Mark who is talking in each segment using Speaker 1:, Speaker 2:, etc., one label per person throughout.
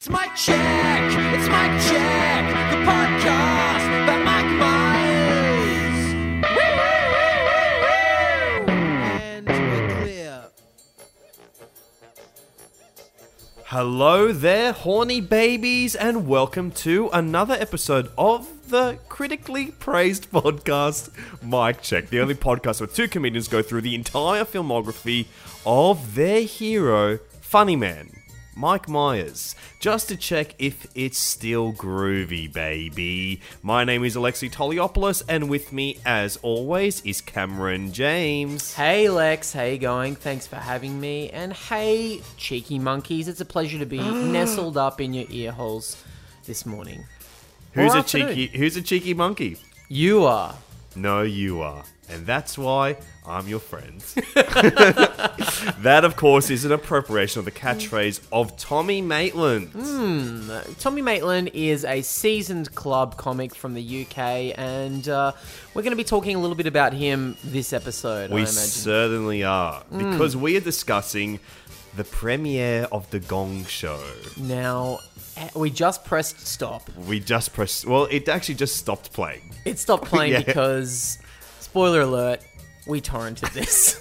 Speaker 1: It's Mike Check. It's Mike Check. The podcast by Mike Myers. Woo, woo, woo, woo, woo. And we're clear.
Speaker 2: Hello there, horny babies, and welcome to another episode of the critically praised podcast, Mike Check, the only podcast where two comedians go through the entire filmography of their hero, Funny Man, Mike Myers, just to check if it's still groovy, baby. My name is Alexi Toliopoulos, and with me, as always, is Cameron James.
Speaker 1: Hey Lex, how you going? Thanks for having me. And hey, cheeky monkeys, it's a pleasure to be nestled up in your ear holes this morning.
Speaker 2: Who's a
Speaker 1: Or afternoon.
Speaker 2: cheeky? Who's a cheeky monkey?
Speaker 1: You are.
Speaker 2: No, you are. And that's why I'm your friend. that, of course, is an appropriation of the catchphrase of Tommy Maitland.
Speaker 1: Hmm. Tommy Maitland is a seasoned club comic from the UK, and uh, we're going to be talking a little bit about him this episode. I
Speaker 2: we
Speaker 1: imagine. Hmm.
Speaker 2: certainly are. Because we are discussing the premiere of The Gong Show.
Speaker 1: now, eh, we just pressed stop.
Speaker 2: We just pressed. Well, it actually just stopped playing.
Speaker 1: It stopped playing
Speaker 2: Yeah.
Speaker 1: because, spoiler alert, we torrented this.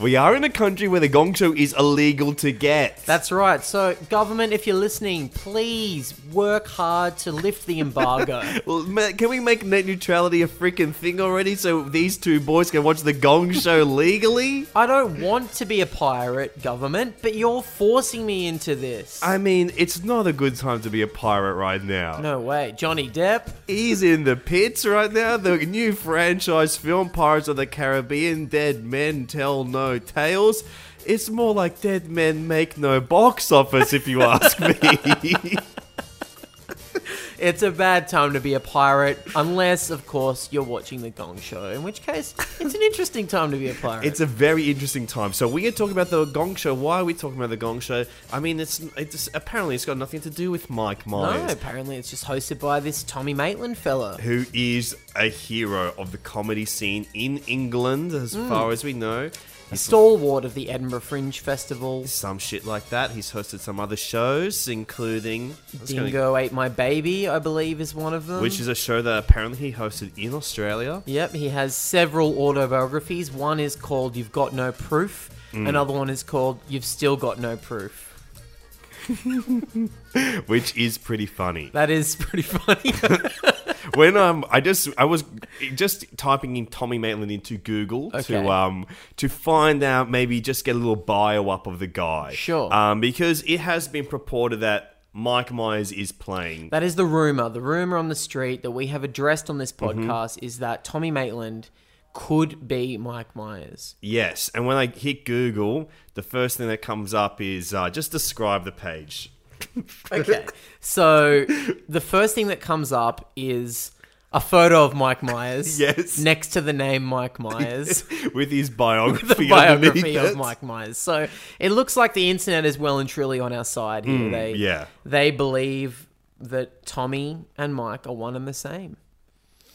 Speaker 2: we are in a country where The Gong Show is illegal to get.
Speaker 1: That's right. So, government, if you're listening, please work hard to lift the embargo.
Speaker 2: Well, ma- can we make net neutrality a freaking thing already so these two boys can watch The Gong Show legally?
Speaker 1: I don't want to be a pirate, government, but you're forcing me into this.
Speaker 2: I mean, it's not a good time to be a pirate right now.
Speaker 1: no way. Johnny Depp?
Speaker 2: He's in the pits right now. The new franchise film, Pirates of the Caribbean Dead Men Tell No Tales. It's more like Dead Men Make No Box Office, if you ask me.
Speaker 1: It's a bad time to be a pirate, unless, of course, you're watching The Gong Show, in which case, it's an interesting time to be a pirate.
Speaker 2: It's a very interesting time. So we are talking about the Gong Show. Why are we talking about the Gong Show? I mean, it's it's apparently it's got nothing to do with Mike
Speaker 1: no,
Speaker 2: Myers.
Speaker 1: apparently it's just hosted by this Tommy Maitland fella.
Speaker 2: Who is a hero of the comedy scene in England, as far as we know.
Speaker 1: A stalwart of the Edinburgh Fringe Festival.
Speaker 2: some shit like that. He's hosted some other shows, including
Speaker 1: Dingo Ate My Baby, I believe, is one of them.
Speaker 2: which is a show that apparently he hosted in Australia.
Speaker 1: Yep, he has several autobiographies. One is called You've Got No Proof, another one is called You've Still Got No Proof.
Speaker 2: Which is pretty funny.
Speaker 1: That is pretty funny.
Speaker 2: when um, I just I was just typing in Tommy Maitland into Google
Speaker 1: Okay.
Speaker 2: to um to find out maybe just get a little bio up of the guy.
Speaker 1: Sure.
Speaker 2: Um, because it has been purported that Mike Myers is playing.
Speaker 1: that is the rumor. The rumor on the street that we have addressed on this podcast is that Tommy Maitland could be Mike Myers.
Speaker 2: Yes, and when I hit Google, the first thing that comes up is uh, just describe the page.
Speaker 1: Okay. so the first thing that comes up is a photo of Mike Myers.
Speaker 2: Yes.
Speaker 1: Next to the name Mike Myers.
Speaker 2: with his biography.
Speaker 1: the biography
Speaker 2: underneath
Speaker 1: of
Speaker 2: it.
Speaker 1: Mike Myers. So it looks like the internet is well and truly on our side here. they
Speaker 2: Mm, yeah.
Speaker 1: they believe that Tommy and Mike are one and the same.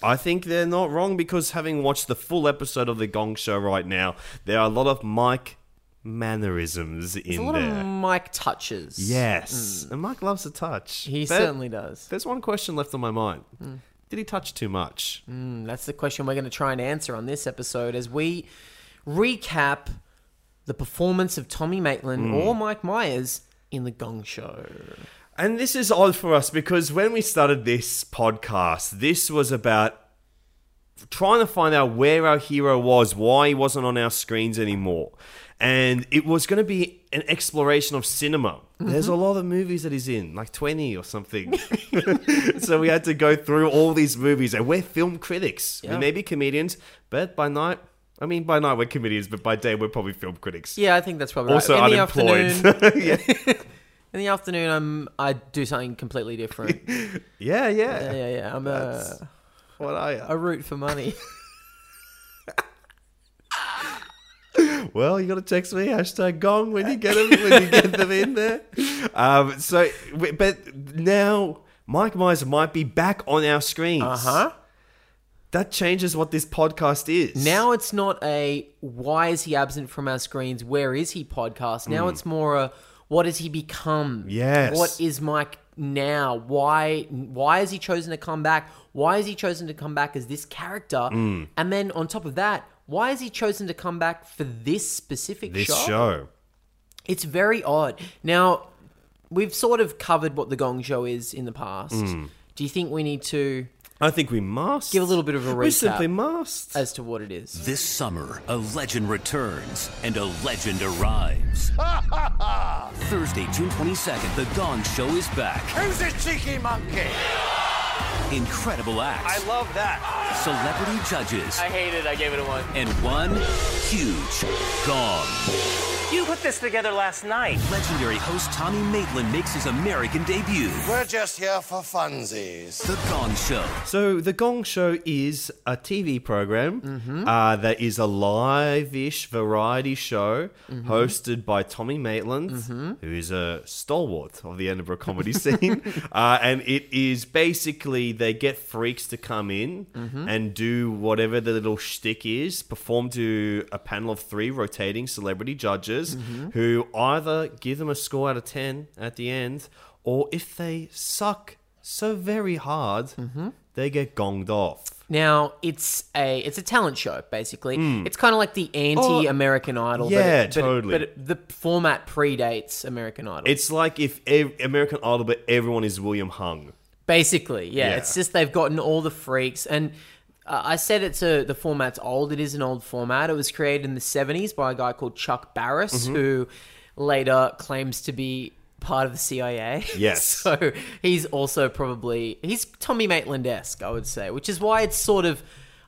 Speaker 2: I think they're not wrong because having watched the full episode of The Gong Show right now, there are a lot of Mike mannerisms
Speaker 1: There's a
Speaker 2: in
Speaker 1: lot of
Speaker 2: there.
Speaker 1: Mike touches.
Speaker 2: yes, and Mike loves to touch.
Speaker 1: He
Speaker 2: But
Speaker 1: certainly does. Hmm.
Speaker 2: There's one question left on my mind. Did he touch too much?
Speaker 1: Mm, that's the question we're going to try and answer on this episode as we recap the performance of Tommy Maitland
Speaker 2: Mm.
Speaker 1: or Mike Myers in The Gong Show.
Speaker 2: And this is odd for us because when we started this podcast, this was about trying to find out where our hero was, why he wasn't on our screens anymore. And it was going to be an exploration of cinema. There's
Speaker 1: Mm-hmm.
Speaker 2: a lot of movies that he's in, like 20 or something. so we had to go through all these movies. And we're film critics. We may be comedians, but by night, I mean, by night we're comedians, but by day we're probably film critics.
Speaker 1: Yeah, I think that's probably
Speaker 2: Also
Speaker 1: right. In
Speaker 2: unemployed.
Speaker 1: the afternoon, in the afternoon, I'm I do something completely different.
Speaker 2: yeah, yeah.
Speaker 1: Yeah, yeah, yeah. I'm a,
Speaker 2: What are you?
Speaker 1: a root for money.
Speaker 2: Well, you got to text me hashtag gong when you get them when you get them in there. Um, so, w- but now Mike Myers might be back on our screens. Uh
Speaker 1: huh?
Speaker 2: That changes what this podcast is.
Speaker 1: Now it's not a why is he absent from our screens, where is he podcast. Now it's more a what has he become?
Speaker 2: Mm. Yes.
Speaker 1: What is Mike now? Why why has he chosen to come back? Why has he chosen to come back as this character?
Speaker 2: Mm.
Speaker 1: And then on top of that, why has he chosen to come back for this specific
Speaker 2: this show.
Speaker 1: It's very odd. Now, we've sort of covered what the Gong Show is in the past.
Speaker 2: Mm.
Speaker 1: Do you think we need to
Speaker 2: I think we must
Speaker 1: give a little bit of a
Speaker 2: We
Speaker 1: recap
Speaker 2: simply must.
Speaker 1: as to what it is?
Speaker 3: This summer, a legend returns and a legend arrives. Thursday, June 22nd, The Gong Show is back.
Speaker 4: Who's a cheeky monkey?
Speaker 3: Incredible acts,
Speaker 4: love that.
Speaker 3: celebrity judges,
Speaker 4: hate it. I gave it a one.
Speaker 3: and one huge gong.
Speaker 4: You put this together last night.
Speaker 3: Legendary host Tommy Maitland makes his American debut.
Speaker 5: We're just here for funsies.
Speaker 3: The Gong Show.
Speaker 2: So the Gong Show is a TV program uh, that is a live-ish variety show hosted by Tommy Maitland, who is a stalwart of the Edinburgh comedy scene, uh, and it is basically they get freaks to come in and do whatever the little shtick is, perform to a panel of three rotating celebrity judges who either give them a score out of ten at the end, or if they suck so very hard, they get gonged off.
Speaker 1: Now, it's a it's a talent show basically. It's kind of like the anti-American Idol.
Speaker 2: Hmm. Oh, yeah,
Speaker 1: but it- but it-
Speaker 2: totally.
Speaker 1: But it- the format predates American Idol.
Speaker 2: It's like if ev- American Idol, but everyone is William Hung.
Speaker 1: Basically, yeah.
Speaker 2: Yeah.
Speaker 1: It's just they've gotten all the freaks. And uh, I said it's a, the format's old. It is an old format. It was created in the 70s by a guy called Chuck Barris,
Speaker 2: Mm-hmm.
Speaker 1: who later claims to be part of the CIA.
Speaker 2: Yes.
Speaker 1: so he's also probably, he's Tommy Maitland esque, I would say, which is why it's sort of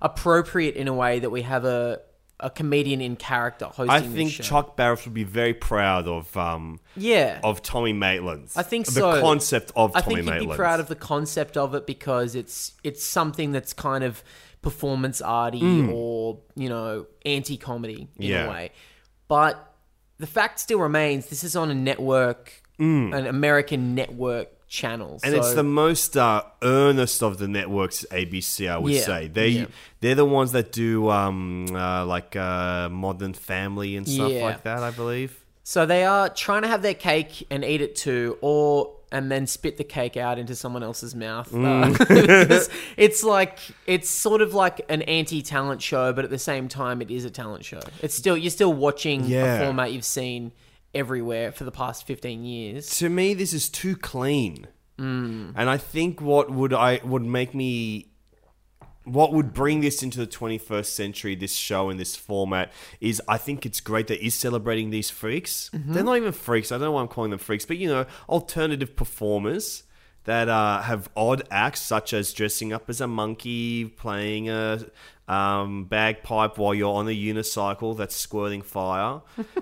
Speaker 1: appropriate in a way that we have a. A comedian in character hosting.
Speaker 2: I
Speaker 1: this
Speaker 2: think
Speaker 1: show.
Speaker 2: Chuck Barris would be very proud of um,
Speaker 1: yeah,
Speaker 2: of Tommy Maitland.
Speaker 1: I think
Speaker 2: the
Speaker 1: so.
Speaker 2: The concept of
Speaker 1: I
Speaker 2: Tommy
Speaker 1: think you'd
Speaker 2: Maitland.
Speaker 1: be proud of the concept of it because it's it's something that's kind of performance arty or you know anti comedy in
Speaker 2: Hmm. Yeah.
Speaker 1: a way. But the fact still remains: this is on a network, an American network channel,
Speaker 2: Hmm. and
Speaker 1: so
Speaker 2: it's the most uh, earnest of the networks, ABC. I would
Speaker 1: Yeah,
Speaker 2: say they
Speaker 1: yeah.
Speaker 2: they're the ones that do um, uh, like uh, Modern Family and stuff
Speaker 1: Yeah.
Speaker 2: like that. I believe.
Speaker 1: so they are trying to have their cake and eat it too, or and then spit the cake out into someone else's mouth. Uh, 'cause it's like it's sort of like an anti-talent show, but at the same time, it is a talent show. It's still you're still watching
Speaker 2: Yeah.
Speaker 1: a format you've seen everywhere for the past fifteen years.
Speaker 2: to me this is too clean
Speaker 1: Mm.
Speaker 2: and i think what would i would make me what would bring this into the 21st century this show and this format is i think it's great that is celebrating these freaks they're not even freaks i don't know why i'm calling them freaks but you know alternative performers that uh, have odd acts such as dressing up as a monkey playing a um, bagpipe while you're on a unicycle that's squirting fire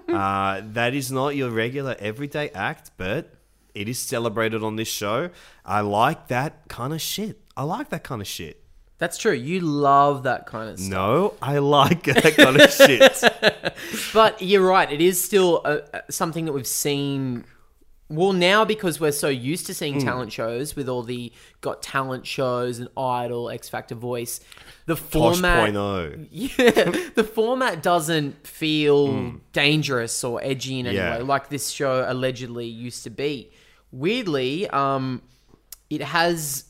Speaker 2: uh, that is not your regular everyday act but it is celebrated on this show. I like that kind of shit. I like that kind of shit.
Speaker 1: That's true. You love that kind of stuff.
Speaker 2: No, I like that kind of shit.
Speaker 1: But you're right. It is still uh uh something that we've seen. Well, now because we're so used to seeing talent shows with all the Got Talent shows and Idol, X Factor Voice, the
Speaker 2: Posh
Speaker 1: format,
Speaker 2: point oh.
Speaker 1: yeah, the format doesn't feel dangerous or edgy in any
Speaker 2: Yeah.
Speaker 1: way, like this show allegedly used to be. Weirdly, um, it has.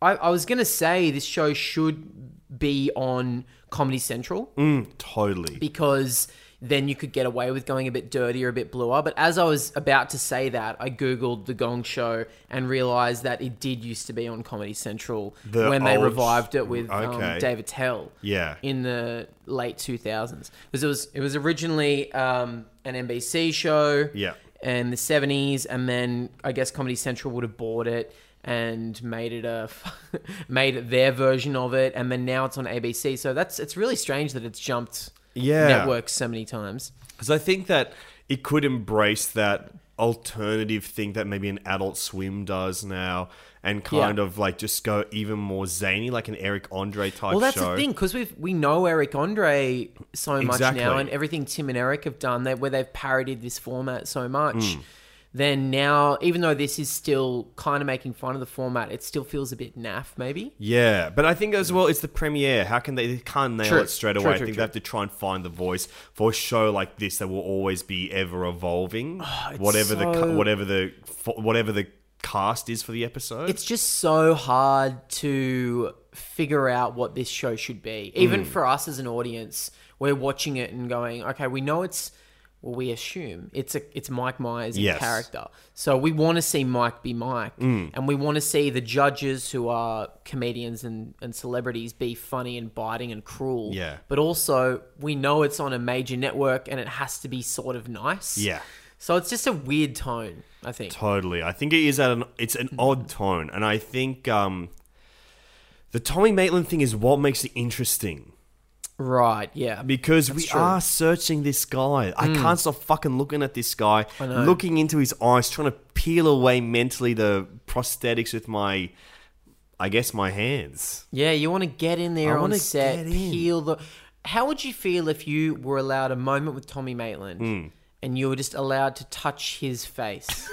Speaker 1: I, I was gonna say this show should be on Comedy Central
Speaker 2: Totally.
Speaker 1: because then you could get away with going a bit dirtier, a bit bluer. But as I was about to say that, I googled The Gong Show and realized that it did used to be on Comedy Central
Speaker 2: The
Speaker 1: when they
Speaker 2: old-
Speaker 1: revived it with
Speaker 2: Okay.
Speaker 1: um, David Tell.
Speaker 2: Yeah.
Speaker 1: in the late 2000s because it was it was originally um, an NBC show.
Speaker 2: Yeah.
Speaker 1: in the 70s, and then I guess Comedy Central would have bought it and made it a made it their version of it, and then now it's on ABC. So that's it's really strange that it's jumped
Speaker 2: Yeah.
Speaker 1: networks so many times.
Speaker 2: Because I think that it could embrace that alternative thing that maybe an adult swim does now and kind
Speaker 1: Yeah.
Speaker 2: of like just go even more zany, like an Eric Andre type
Speaker 1: Well, that's
Speaker 2: show.
Speaker 1: the thing because we we know Eric Andre so much
Speaker 2: Exactly.
Speaker 1: now, and everything Tim and Eric have done, they, where they've parodied this format so much.
Speaker 2: Mm.
Speaker 1: Then now, even though this is still kind of making fun of the format, it still feels a bit naff, maybe.
Speaker 2: Yeah, but I think as well, it's the premiere. How can they, they can't nail
Speaker 1: True.
Speaker 2: it straight
Speaker 1: True,
Speaker 2: away? I
Speaker 1: true,
Speaker 2: think
Speaker 1: true.
Speaker 2: they have to try and find the voice for a show like this that will always be ever evolving. whatever the the
Speaker 1: so-
Speaker 2: whatever the fo- whatever the cast is for the episode.
Speaker 1: It's just so hard to figure out what this show should be. Even
Speaker 2: Mm.
Speaker 1: for us as an audience, we're watching it and going, okay, we know it's well, we assume it's a it's Mike Myers in
Speaker 2: Yes. Mm.
Speaker 1: character. So we want to see Mike be Mike. And we want to see the judges who are comedians and, and celebrities be funny and biting and cruel.
Speaker 2: Yeah.
Speaker 1: But also we know it's on a major network and it has to be sort of nice.
Speaker 2: yeah.
Speaker 1: So it's just a weird tone, I think.
Speaker 2: Totally. I think it is at an it's an odd tone, and I think um, the Tommy Maitland thing is what makes it interesting
Speaker 1: Right, yeah.
Speaker 2: because we
Speaker 1: true.
Speaker 2: are searching this guy. I can't stop fucking looking at this guy, looking into his eyes, trying to peel away mentally the prosthetics with my, I guess, my hands.
Speaker 1: Yeah, you want to get in
Speaker 2: I
Speaker 1: there on
Speaker 2: wanna
Speaker 1: set,
Speaker 2: get in.
Speaker 1: peel the. How would you feel if you were allowed a moment with Tommy Maitland
Speaker 2: Hmm.
Speaker 1: and you were just allowed to touch his face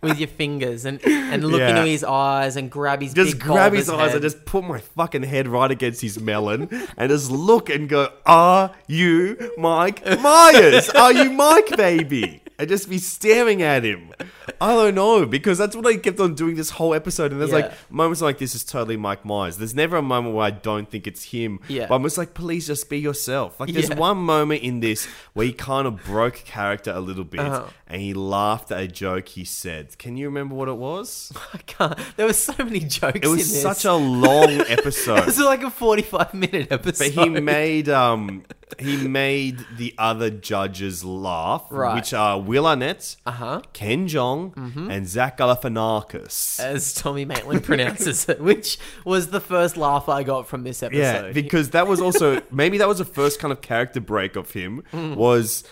Speaker 1: with your fingers and, and look
Speaker 2: Yeah.
Speaker 1: into his eyes and grab his
Speaker 2: Just
Speaker 1: big
Speaker 2: grab his
Speaker 1: bulbous
Speaker 2: eyes and
Speaker 1: head?
Speaker 2: just put my fucking head right against his melon and just look and go, Are you Mike Myers? Are you Mike, baby? And just be staring at him. I don't know, because that's what I kept on doing this whole episode. And there's like
Speaker 1: Yeah.
Speaker 2: moments like this is totally Mike Myers. There's never a moment where I don't think it's him.
Speaker 1: Yeah.
Speaker 2: But I'm just like, please just be yourself. Like there's
Speaker 1: Yeah.
Speaker 2: one moment in this where he kind of broke character a little bit
Speaker 1: Uh-huh.
Speaker 2: and he laughed at a joke he said. Can you remember what it was?
Speaker 1: I can't. There were so many jokes.
Speaker 2: It
Speaker 1: in
Speaker 2: was
Speaker 1: this.
Speaker 2: such a long episode.
Speaker 1: It was like a forty-five minute
Speaker 2: But
Speaker 1: episode.
Speaker 2: he made um he made the other judges laugh,
Speaker 1: Right. Mm-hmm.
Speaker 2: which are Will Arnett, uh-huh. Ken Jong, and Zach Galifianakis.
Speaker 1: as Tommy Maitland pronounces it, which was the first laugh I got from this episode.
Speaker 2: yeah, because that was also maybe that was the first kind of character break of him
Speaker 1: Mm.
Speaker 2: was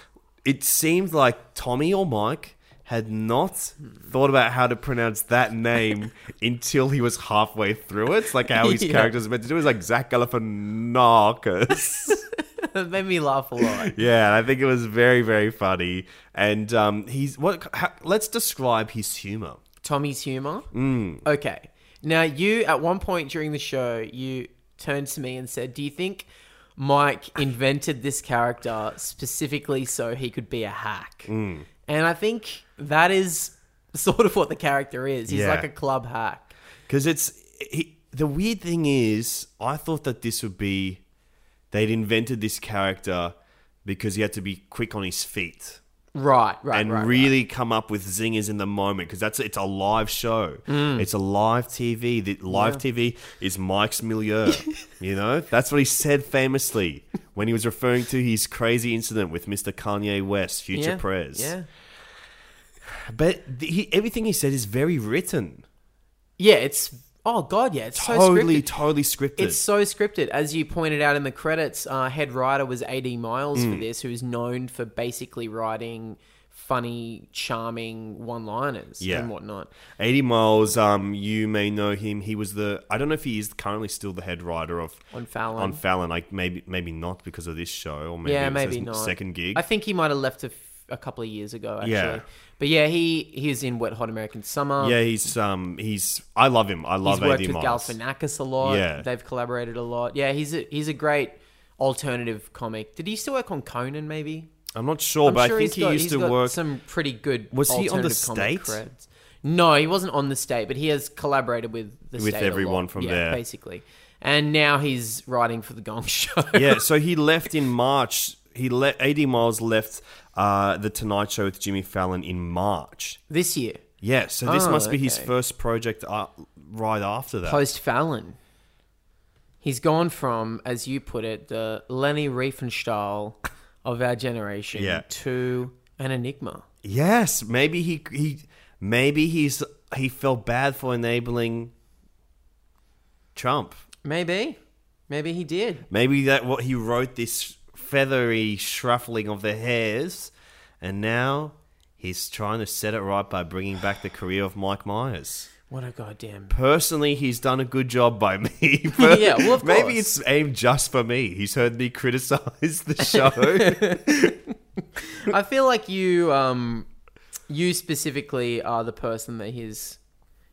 Speaker 2: it seemed like Tommy or Mike had not thought about how to pronounce that name until he was halfway through it. It's like how his
Speaker 1: Yeah.
Speaker 2: character's meant to do. It's like Zach Galifianakis.
Speaker 1: it made me laugh a lot.
Speaker 2: Yeah, and I think it was very, very funny. And um, he's what? How, let's describe his humor.
Speaker 1: Tommy's humor.
Speaker 2: Mm.
Speaker 1: Okay. Now, you at one point during the show, you turned to me and said, "Do you think Mike invented this character specifically so he could be a hack?"
Speaker 2: Mm.
Speaker 1: And I think that is sort of what the character is. He's
Speaker 2: Yeah.
Speaker 1: like a club hack.
Speaker 2: Because it's he, the weird thing is, I thought that this would be they'd invented this character because he had to be quick on his feet.
Speaker 1: Right. Right.
Speaker 2: and
Speaker 1: right,
Speaker 2: really come up with zingers in the moment because that's it's a live show.
Speaker 1: Mm.
Speaker 2: It's a live TV. The live TV is Mike's milieu. you know, that's what he said famously when he was referring to his crazy incident with Mr. Kanye West,
Speaker 1: right.
Speaker 2: Future
Speaker 1: yeah.
Speaker 2: Prez.
Speaker 1: Yeah.
Speaker 2: But the, he, everything he said is very written.
Speaker 1: Yeah. It's oh god. Yeah. It's
Speaker 2: Totally,
Speaker 1: so scripted.
Speaker 2: totally scripted.
Speaker 1: It's so scripted. As you pointed out in the credits, uh, head writer was AD Miles
Speaker 2: Mm.
Speaker 1: for this, who's known for basically writing funny, charming one liners
Speaker 2: Yeah.
Speaker 1: and whatnot.
Speaker 2: 80 Miles, um, you may know him. He was the, I don't know if he is currently still the head writer of.
Speaker 1: On Fallon.
Speaker 2: On Fallon, like maybe maybe not because of this show, or maybe
Speaker 1: yeah,
Speaker 2: it was
Speaker 1: maybe
Speaker 2: his
Speaker 1: not.
Speaker 2: second gig.
Speaker 1: I think he might have left a, f- a couple of years ago, actually.
Speaker 2: Yeah.
Speaker 1: But yeah, he, he was in Wet Hot American Summer.
Speaker 2: Yeah, he's um he's I love him. I love
Speaker 1: He's worked
Speaker 2: AD
Speaker 1: with
Speaker 2: Miles.
Speaker 1: Galifianakis a lot.
Speaker 2: Yeah.
Speaker 1: They've collaborated a lot. Yeah, he's a, he's a great alternative comic. Did he still work on Conan, maybe?
Speaker 2: I'm not sure,
Speaker 1: I'm
Speaker 2: but
Speaker 1: sure
Speaker 2: I think
Speaker 1: he's
Speaker 2: he
Speaker 1: got-
Speaker 2: used
Speaker 1: he's
Speaker 2: to
Speaker 1: got
Speaker 2: work.
Speaker 1: some pretty good.
Speaker 2: Was he on the
Speaker 1: alternative
Speaker 2: State?
Speaker 1: comic credits. No, he wasn't on the state, but he has collaborated with the
Speaker 2: With
Speaker 1: State a
Speaker 2: everyone
Speaker 1: lot.
Speaker 2: from
Speaker 1: yeah,
Speaker 2: there.
Speaker 1: basically. And now he's writing for the Gong Show.
Speaker 2: yeah, so he left in March he le- AD Miles left uh, the Tonight Show with Jimmy Fallon in March.
Speaker 1: This year,
Speaker 2: Yeah, so this
Speaker 1: Oh,
Speaker 2: must be his
Speaker 1: okay.
Speaker 2: first project uh, right after that.
Speaker 1: post Fallon, he's gone from, as you put it, the Lenny Riefenstahl of our generation
Speaker 2: Yeah.
Speaker 1: to an enigma.
Speaker 2: yes, maybe he he maybe he's he felt bad for enabling Trump.
Speaker 1: Maybe, maybe he did.
Speaker 2: Maybe that what he wrote this feathery shruffling of the hairs, and now he's trying to set it right by bringing back the career of Mike Myers.
Speaker 1: What a goddamn.
Speaker 2: Personally, he's done a good job by me.
Speaker 1: Yeah, well, of
Speaker 2: maybe
Speaker 1: course.
Speaker 2: it's aimed just for me. He's heard me criticize the show.
Speaker 1: I feel like you, um, you specifically are the person that his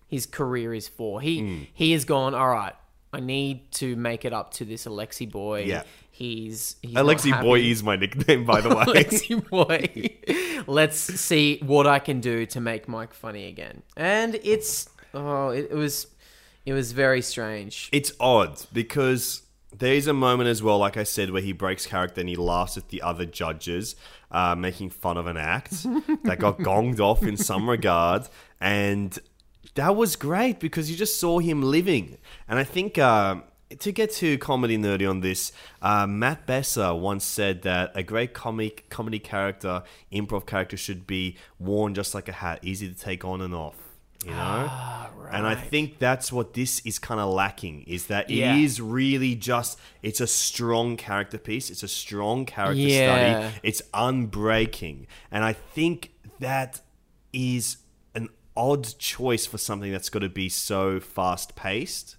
Speaker 1: his career is for. He
Speaker 2: Hmm.
Speaker 1: he has gone. All right, I need to make it up to this Alexi boy.
Speaker 2: Yeah.
Speaker 1: he's, he's not
Speaker 2: Alexi
Speaker 1: happy.
Speaker 2: Boy is my nickname, by the way.
Speaker 1: Alexi boy. Let's see what I can do to make Mike funny again. And it's oh, it, it was it was very strange.
Speaker 2: it's odd because there is a moment as well, like I said, where he breaks character and he laughs at the other judges, uh, making fun of an act that got gonged off in some regard, and that was great because you just saw him living. And I think um to get to comedy nerdy on this, uh, Matt Besser once said that a great comic comedy character, improv character, should be worn just like a hat, easy to take on and off. You know, and I think that's what this is kind of lacking is that
Speaker 1: Yeah.
Speaker 2: it is really just it's a strong character piece, it's a strong character
Speaker 1: Yeah.
Speaker 2: study, it's unbreaking, and I think that is an odd choice for something that's got to be so fast paced.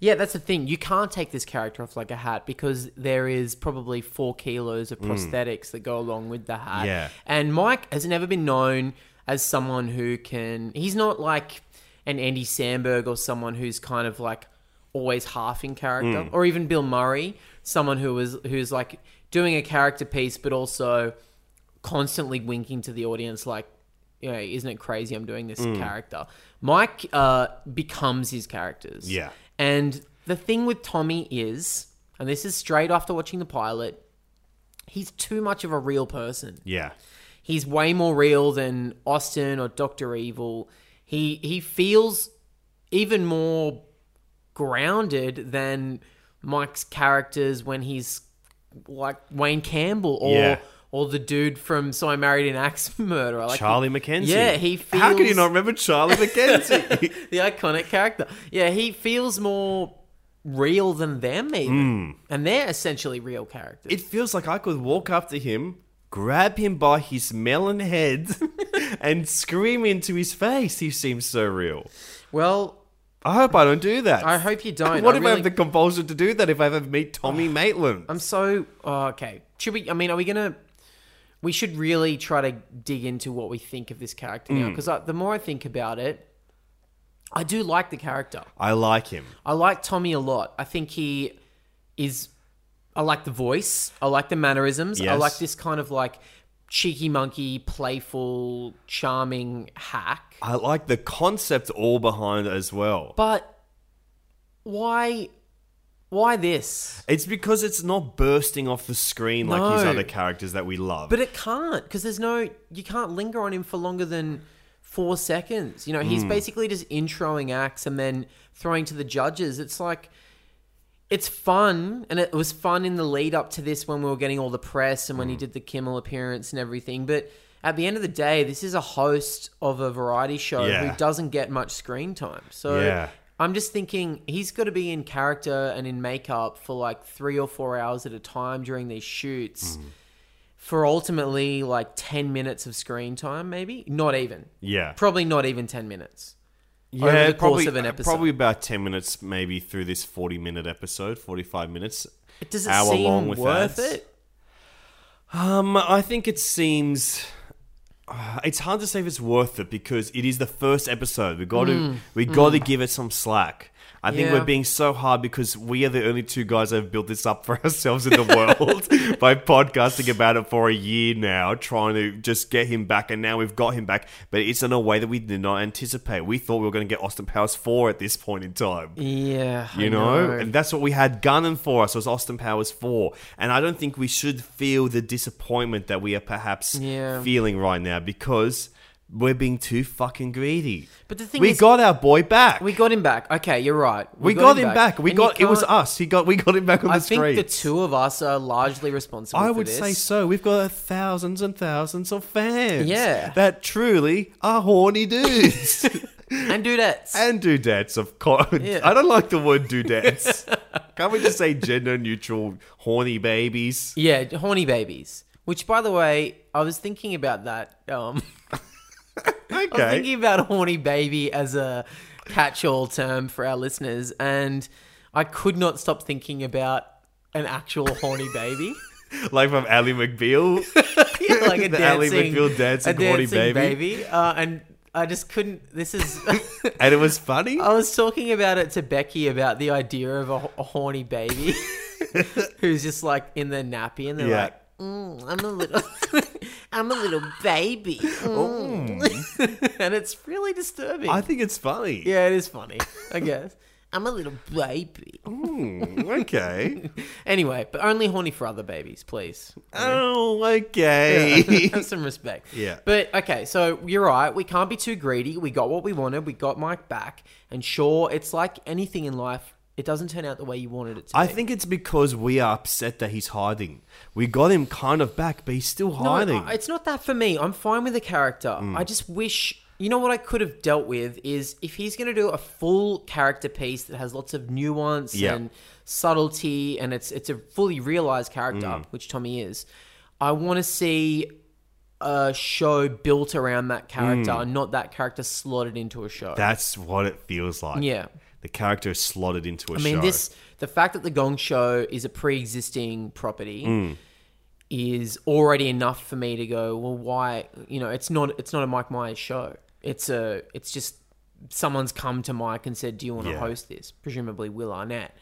Speaker 1: Yeah, that's the thing. You can't take this character off like a hat because there is probably four kilos of prosthetics that go along with the hat.
Speaker 2: Yeah.
Speaker 1: And Mike has never been known as someone who can. He's not like an Andy Samberg or someone who's kind of like always half in character, or even Bill Murray, someone who was who's like doing a character piece but also constantly winking to the audience like you know isn't it crazy i'm doing this character mike uh, becomes his characters
Speaker 2: Yeah.
Speaker 1: and the thing with tommy is and this is straight after watching the pilot he's too much of a real person
Speaker 2: Yeah,
Speaker 1: he's way more real than austin or dr evil he he feels even more grounded than mike's characters when he's like wayne campbell or
Speaker 2: Yeah.
Speaker 1: or the dude from so i married an axe murderer like
Speaker 2: Charlie McKenzie.
Speaker 1: yeah he feels
Speaker 2: How could you not remember Charlie McKenzie?
Speaker 1: the iconic character yeah he feels more real than them even
Speaker 2: Hmm.
Speaker 1: and they're essentially real characters
Speaker 2: it feels like I could walk up to him, grab him by his melon head, and scream into his face. He seems so real.
Speaker 1: well
Speaker 2: I hope I don't do that.
Speaker 1: I hope you don't.
Speaker 2: what
Speaker 1: I
Speaker 2: if I
Speaker 1: really-
Speaker 2: have the compulsion to do that if I ever meet Tommy Maitland?
Speaker 1: I'm so oh, okay. Should we? I mean, are we gonna? We should really try to dig into what we think of this character now, because the more I think about it, I do like the character.
Speaker 2: I like him.
Speaker 1: I like Tommy a lot. I think he is. I like the voice. I like the mannerisms. I
Speaker 2: Yes.
Speaker 1: like this kind of like cheeky monkey, playful, charming hack.
Speaker 2: I like the concept all behind it as well.
Speaker 1: But why? Why this?
Speaker 2: It's because it's not bursting off the screen like his
Speaker 1: No.
Speaker 2: other characters that we love.
Speaker 1: But it can't because there's no you can't linger on him for longer than four seconds. You know,
Speaker 2: Hmm.
Speaker 1: he's basically just introing acts and then throwing to the judges. It's like it's fun, and it was fun in the lead up to this when we were getting all the press and when
Speaker 2: Hmm.
Speaker 1: he did the Kimmel appearance and everything. But at the end of the day, this is a host of a variety show
Speaker 2: Yeah.
Speaker 1: who doesn't get much screen time. So
Speaker 2: Yeah.
Speaker 1: I'm just thinking he's got to be in character and in makeup for like three or four hours at a time during these
Speaker 2: Hmm.
Speaker 1: shoots for ultimately like 10 minutes of screen time, maybe? Not even.
Speaker 2: yeah.
Speaker 1: Probably not even 10 minutes.
Speaker 2: yeah,
Speaker 1: over the course
Speaker 2: probably,
Speaker 1: of an episode.
Speaker 2: Probably about 10 minutes maybe through this 40 minute episode, 45 minutes.
Speaker 1: Does it
Speaker 2: Hour
Speaker 1: seem
Speaker 2: long with
Speaker 1: worth
Speaker 2: ads?
Speaker 1: it?
Speaker 2: Um, I think it seems. uh, It's hard to say if it's worth it because it is the first episode. We got to we got to give it some slack. I think
Speaker 1: Yeah.
Speaker 2: we're being so hard because we are the only two guys that have built this up for ourselves in the world by podcasting about it for a year now, trying to just get him back. And now we've got him back, but it's in a way that we did not anticipate. We thought we were going to get Austin Powers 4 at this point in time.
Speaker 1: Yeah, I
Speaker 2: You know? and that's what we had gunning for us was Austin Powers 4. And I don't think we should feel the disappointment that we are perhaps
Speaker 1: Yeah.
Speaker 2: feeling right now because we're being too fucking greedy.
Speaker 1: But the thing
Speaker 2: we
Speaker 1: is-
Speaker 2: got our boy back.
Speaker 1: we got him back. Okay, you're right.
Speaker 2: We, got, him back. We
Speaker 1: And you
Speaker 2: got it was
Speaker 1: can't-
Speaker 2: us. He got we got him back on
Speaker 1: I
Speaker 2: the
Speaker 1: think
Speaker 2: street.
Speaker 1: the two of us are largely responsible.
Speaker 2: I
Speaker 1: for
Speaker 2: would say
Speaker 1: this.
Speaker 2: so. We've got thousands and thousands of fans.
Speaker 1: Yeah.
Speaker 2: That truly are horny dudes.
Speaker 1: And dudettes.
Speaker 2: and dudettes, of course. I don't like the word dudettes. Can't we just say gender neutral horny babies?
Speaker 1: yeah, horny babies. Which, by the way, I was thinking about that. Um,
Speaker 2: Okay.
Speaker 1: I was thinking about horny baby as a catch-all term for our listeners, and I could not stop thinking about an actual horny baby.
Speaker 2: like from Ally McBeal.
Speaker 1: like a
Speaker 2: The Ally
Speaker 1: dancing,
Speaker 2: McBeal dancing
Speaker 1: a
Speaker 2: horny
Speaker 1: dancing
Speaker 2: baby.
Speaker 1: Uh, and I just couldn't. This is.
Speaker 2: and it was funny.
Speaker 1: I was talking about it to Becky about the idea of a, a horny baby who's just like in their nappy, and they're
Speaker 2: Yeah.
Speaker 1: like, mm, "I'm a little, I'm a little baby," mm." and it's really disturbing.
Speaker 2: I think it's funny.
Speaker 1: yeah, it is funny. I guess I'm a little baby.
Speaker 2: Okay.
Speaker 1: Anyway, but only horny for other babies, please.
Speaker 2: oh, okay.
Speaker 1: have some respect.
Speaker 2: Yeah.
Speaker 1: But okay, so you're right. We can't be too greedy. We got what we wanted. We got Mike back. And sure, it's like anything in life, it doesn't turn out the way you wanted it to.
Speaker 2: I
Speaker 1: be.
Speaker 2: think it's because we are upset that he's hiding. We got him kind of back, but he's still hiding. Mm.
Speaker 1: No, I- it's not that for me. I'm fine with the character. I just wish. You know what I could have dealt with is if he's going to do a full character piece that has lots of nuance
Speaker 2: Yeah.
Speaker 1: and subtlety, and it's it's a fully realized character,
Speaker 2: Mm.
Speaker 1: which Tommy is. I want to see a show built around that character,
Speaker 2: Mm.
Speaker 1: not that character slotted into a show.
Speaker 2: That's what it feels like.
Speaker 1: Yeah.
Speaker 2: The character is slotted into a
Speaker 1: I mean,
Speaker 2: show.
Speaker 1: this the fact that the Gong Show is a pre-existing property
Speaker 2: Mm.
Speaker 1: is already enough for me to go. Well, why? You know, it's not it's not a Mike Myers show. It's a it's just someone's come to Mike and said, "Do you want to
Speaker 2: Yeah.
Speaker 1: host this?" Presumably Will Arnett,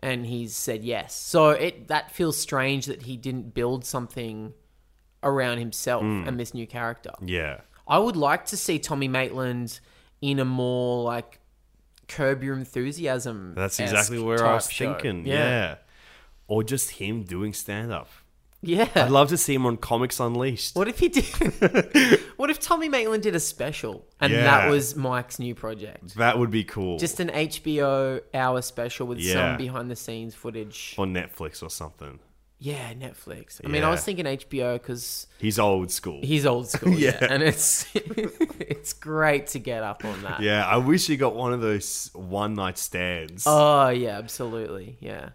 Speaker 1: and he's said yes. So it that feels strange that he didn't build something around himself
Speaker 2: Mm.
Speaker 1: and this new character.
Speaker 2: Yeah.
Speaker 1: I would like to see Tommy Maitland in a more like curb your enthusiasm.
Speaker 2: That's exactly where I was thinking. Yeah. Or just him doing stand up.
Speaker 1: Yeah.
Speaker 2: I'd love to see him on Comics Unleashed.
Speaker 1: what if he did? what if Tommy Maitland did a special and
Speaker 2: Yeah.
Speaker 1: that was Mike's new project?
Speaker 2: That would be cool.
Speaker 1: Just an HBO hour special with
Speaker 2: Yeah.
Speaker 1: some behind the scenes footage.
Speaker 2: on Netflix or something.
Speaker 1: Yeah, Netflix. I mean, I
Speaker 2: Yeah.
Speaker 1: was thinking HBO because
Speaker 2: He's old school.
Speaker 1: he's old school. yeah. And it's it's great to get up on that.
Speaker 2: yeah, I wish he got one of those one night stands.
Speaker 1: Oh yeah, absolutely. Yeah.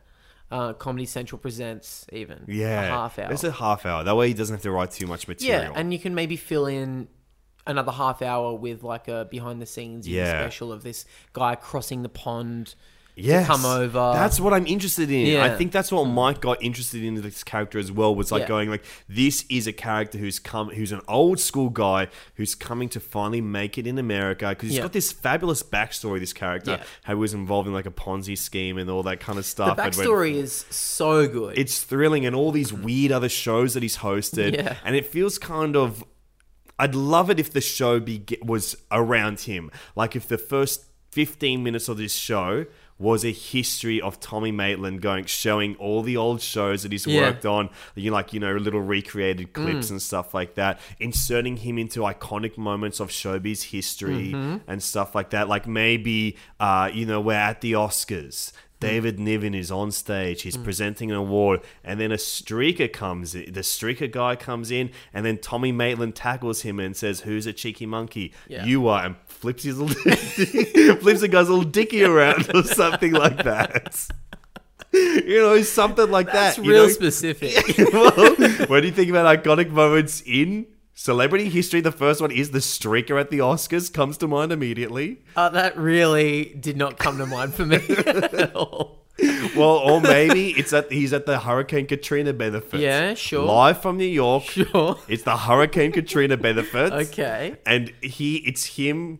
Speaker 1: Uh, Comedy Central presents even.
Speaker 2: yeah.
Speaker 1: A half hour.
Speaker 2: It's a half hour. That way he doesn't have to write too much material.
Speaker 1: yeah, and you can maybe fill in another half hour with like a behind the scenes
Speaker 2: Yeah.
Speaker 1: special of this guy crossing the pond.
Speaker 2: yes.
Speaker 1: come over.
Speaker 2: That's what I'm interested in. I
Speaker 1: Yeah.
Speaker 2: think that's what Mike got interested in this character as well. Was like
Speaker 1: Yeah.
Speaker 2: going like, this is a character who's come, who's an old school guy who's coming to finally make it in America because he's
Speaker 1: Yeah.
Speaker 2: got this fabulous backstory. This character,
Speaker 1: Yeah.
Speaker 2: how he was involved in like a Ponzi scheme and all that kind of
Speaker 1: The
Speaker 2: stuff. and went-
Speaker 1: backstory is so good.
Speaker 2: it's thrilling and all these weird other shows that he's hosted
Speaker 1: Mm. Yeah.
Speaker 2: and it feels kind of i'd love it if the show be, was around him like if the first 15 minutes of this show was a history of Tommy Maitland going showing all the old shows that he's
Speaker 1: Yeah.
Speaker 2: worked on, you know, like you know little recreated
Speaker 1: Mm.
Speaker 2: clips and stuff like that, inserting him into iconic moments of showbiz history
Speaker 1: Mm-hmm.
Speaker 2: and stuff like that. Like maybe uh, you know we're at the
Speaker 1: Mm.
Speaker 2: Oscars, David Niven is on stage. He's presenting an award, and then a streaker comes. In, the streaker guy comes in, and then Tommy Maitland tackles him and says, "Who's a cheeky monkey? You are." And flips his little, flips the guy's little dicky around or something like that. You know, something like
Speaker 1: That's
Speaker 2: that. you
Speaker 1: real
Speaker 2: know?
Speaker 1: specific.
Speaker 2: well, when you think about iconic moments in celebrity history, the first one is the streaker at the Oscars comes to mind immediately.
Speaker 1: uh, that really did not come to mind for me at all.
Speaker 2: Well, or maybe it's at he's at the Hurricane Katrina benefit.
Speaker 1: Yeah, sure.
Speaker 2: Live from New York.
Speaker 1: Sure.
Speaker 2: It's the Hurricane Katrina benefit.
Speaker 1: Okay.
Speaker 2: And he, it's him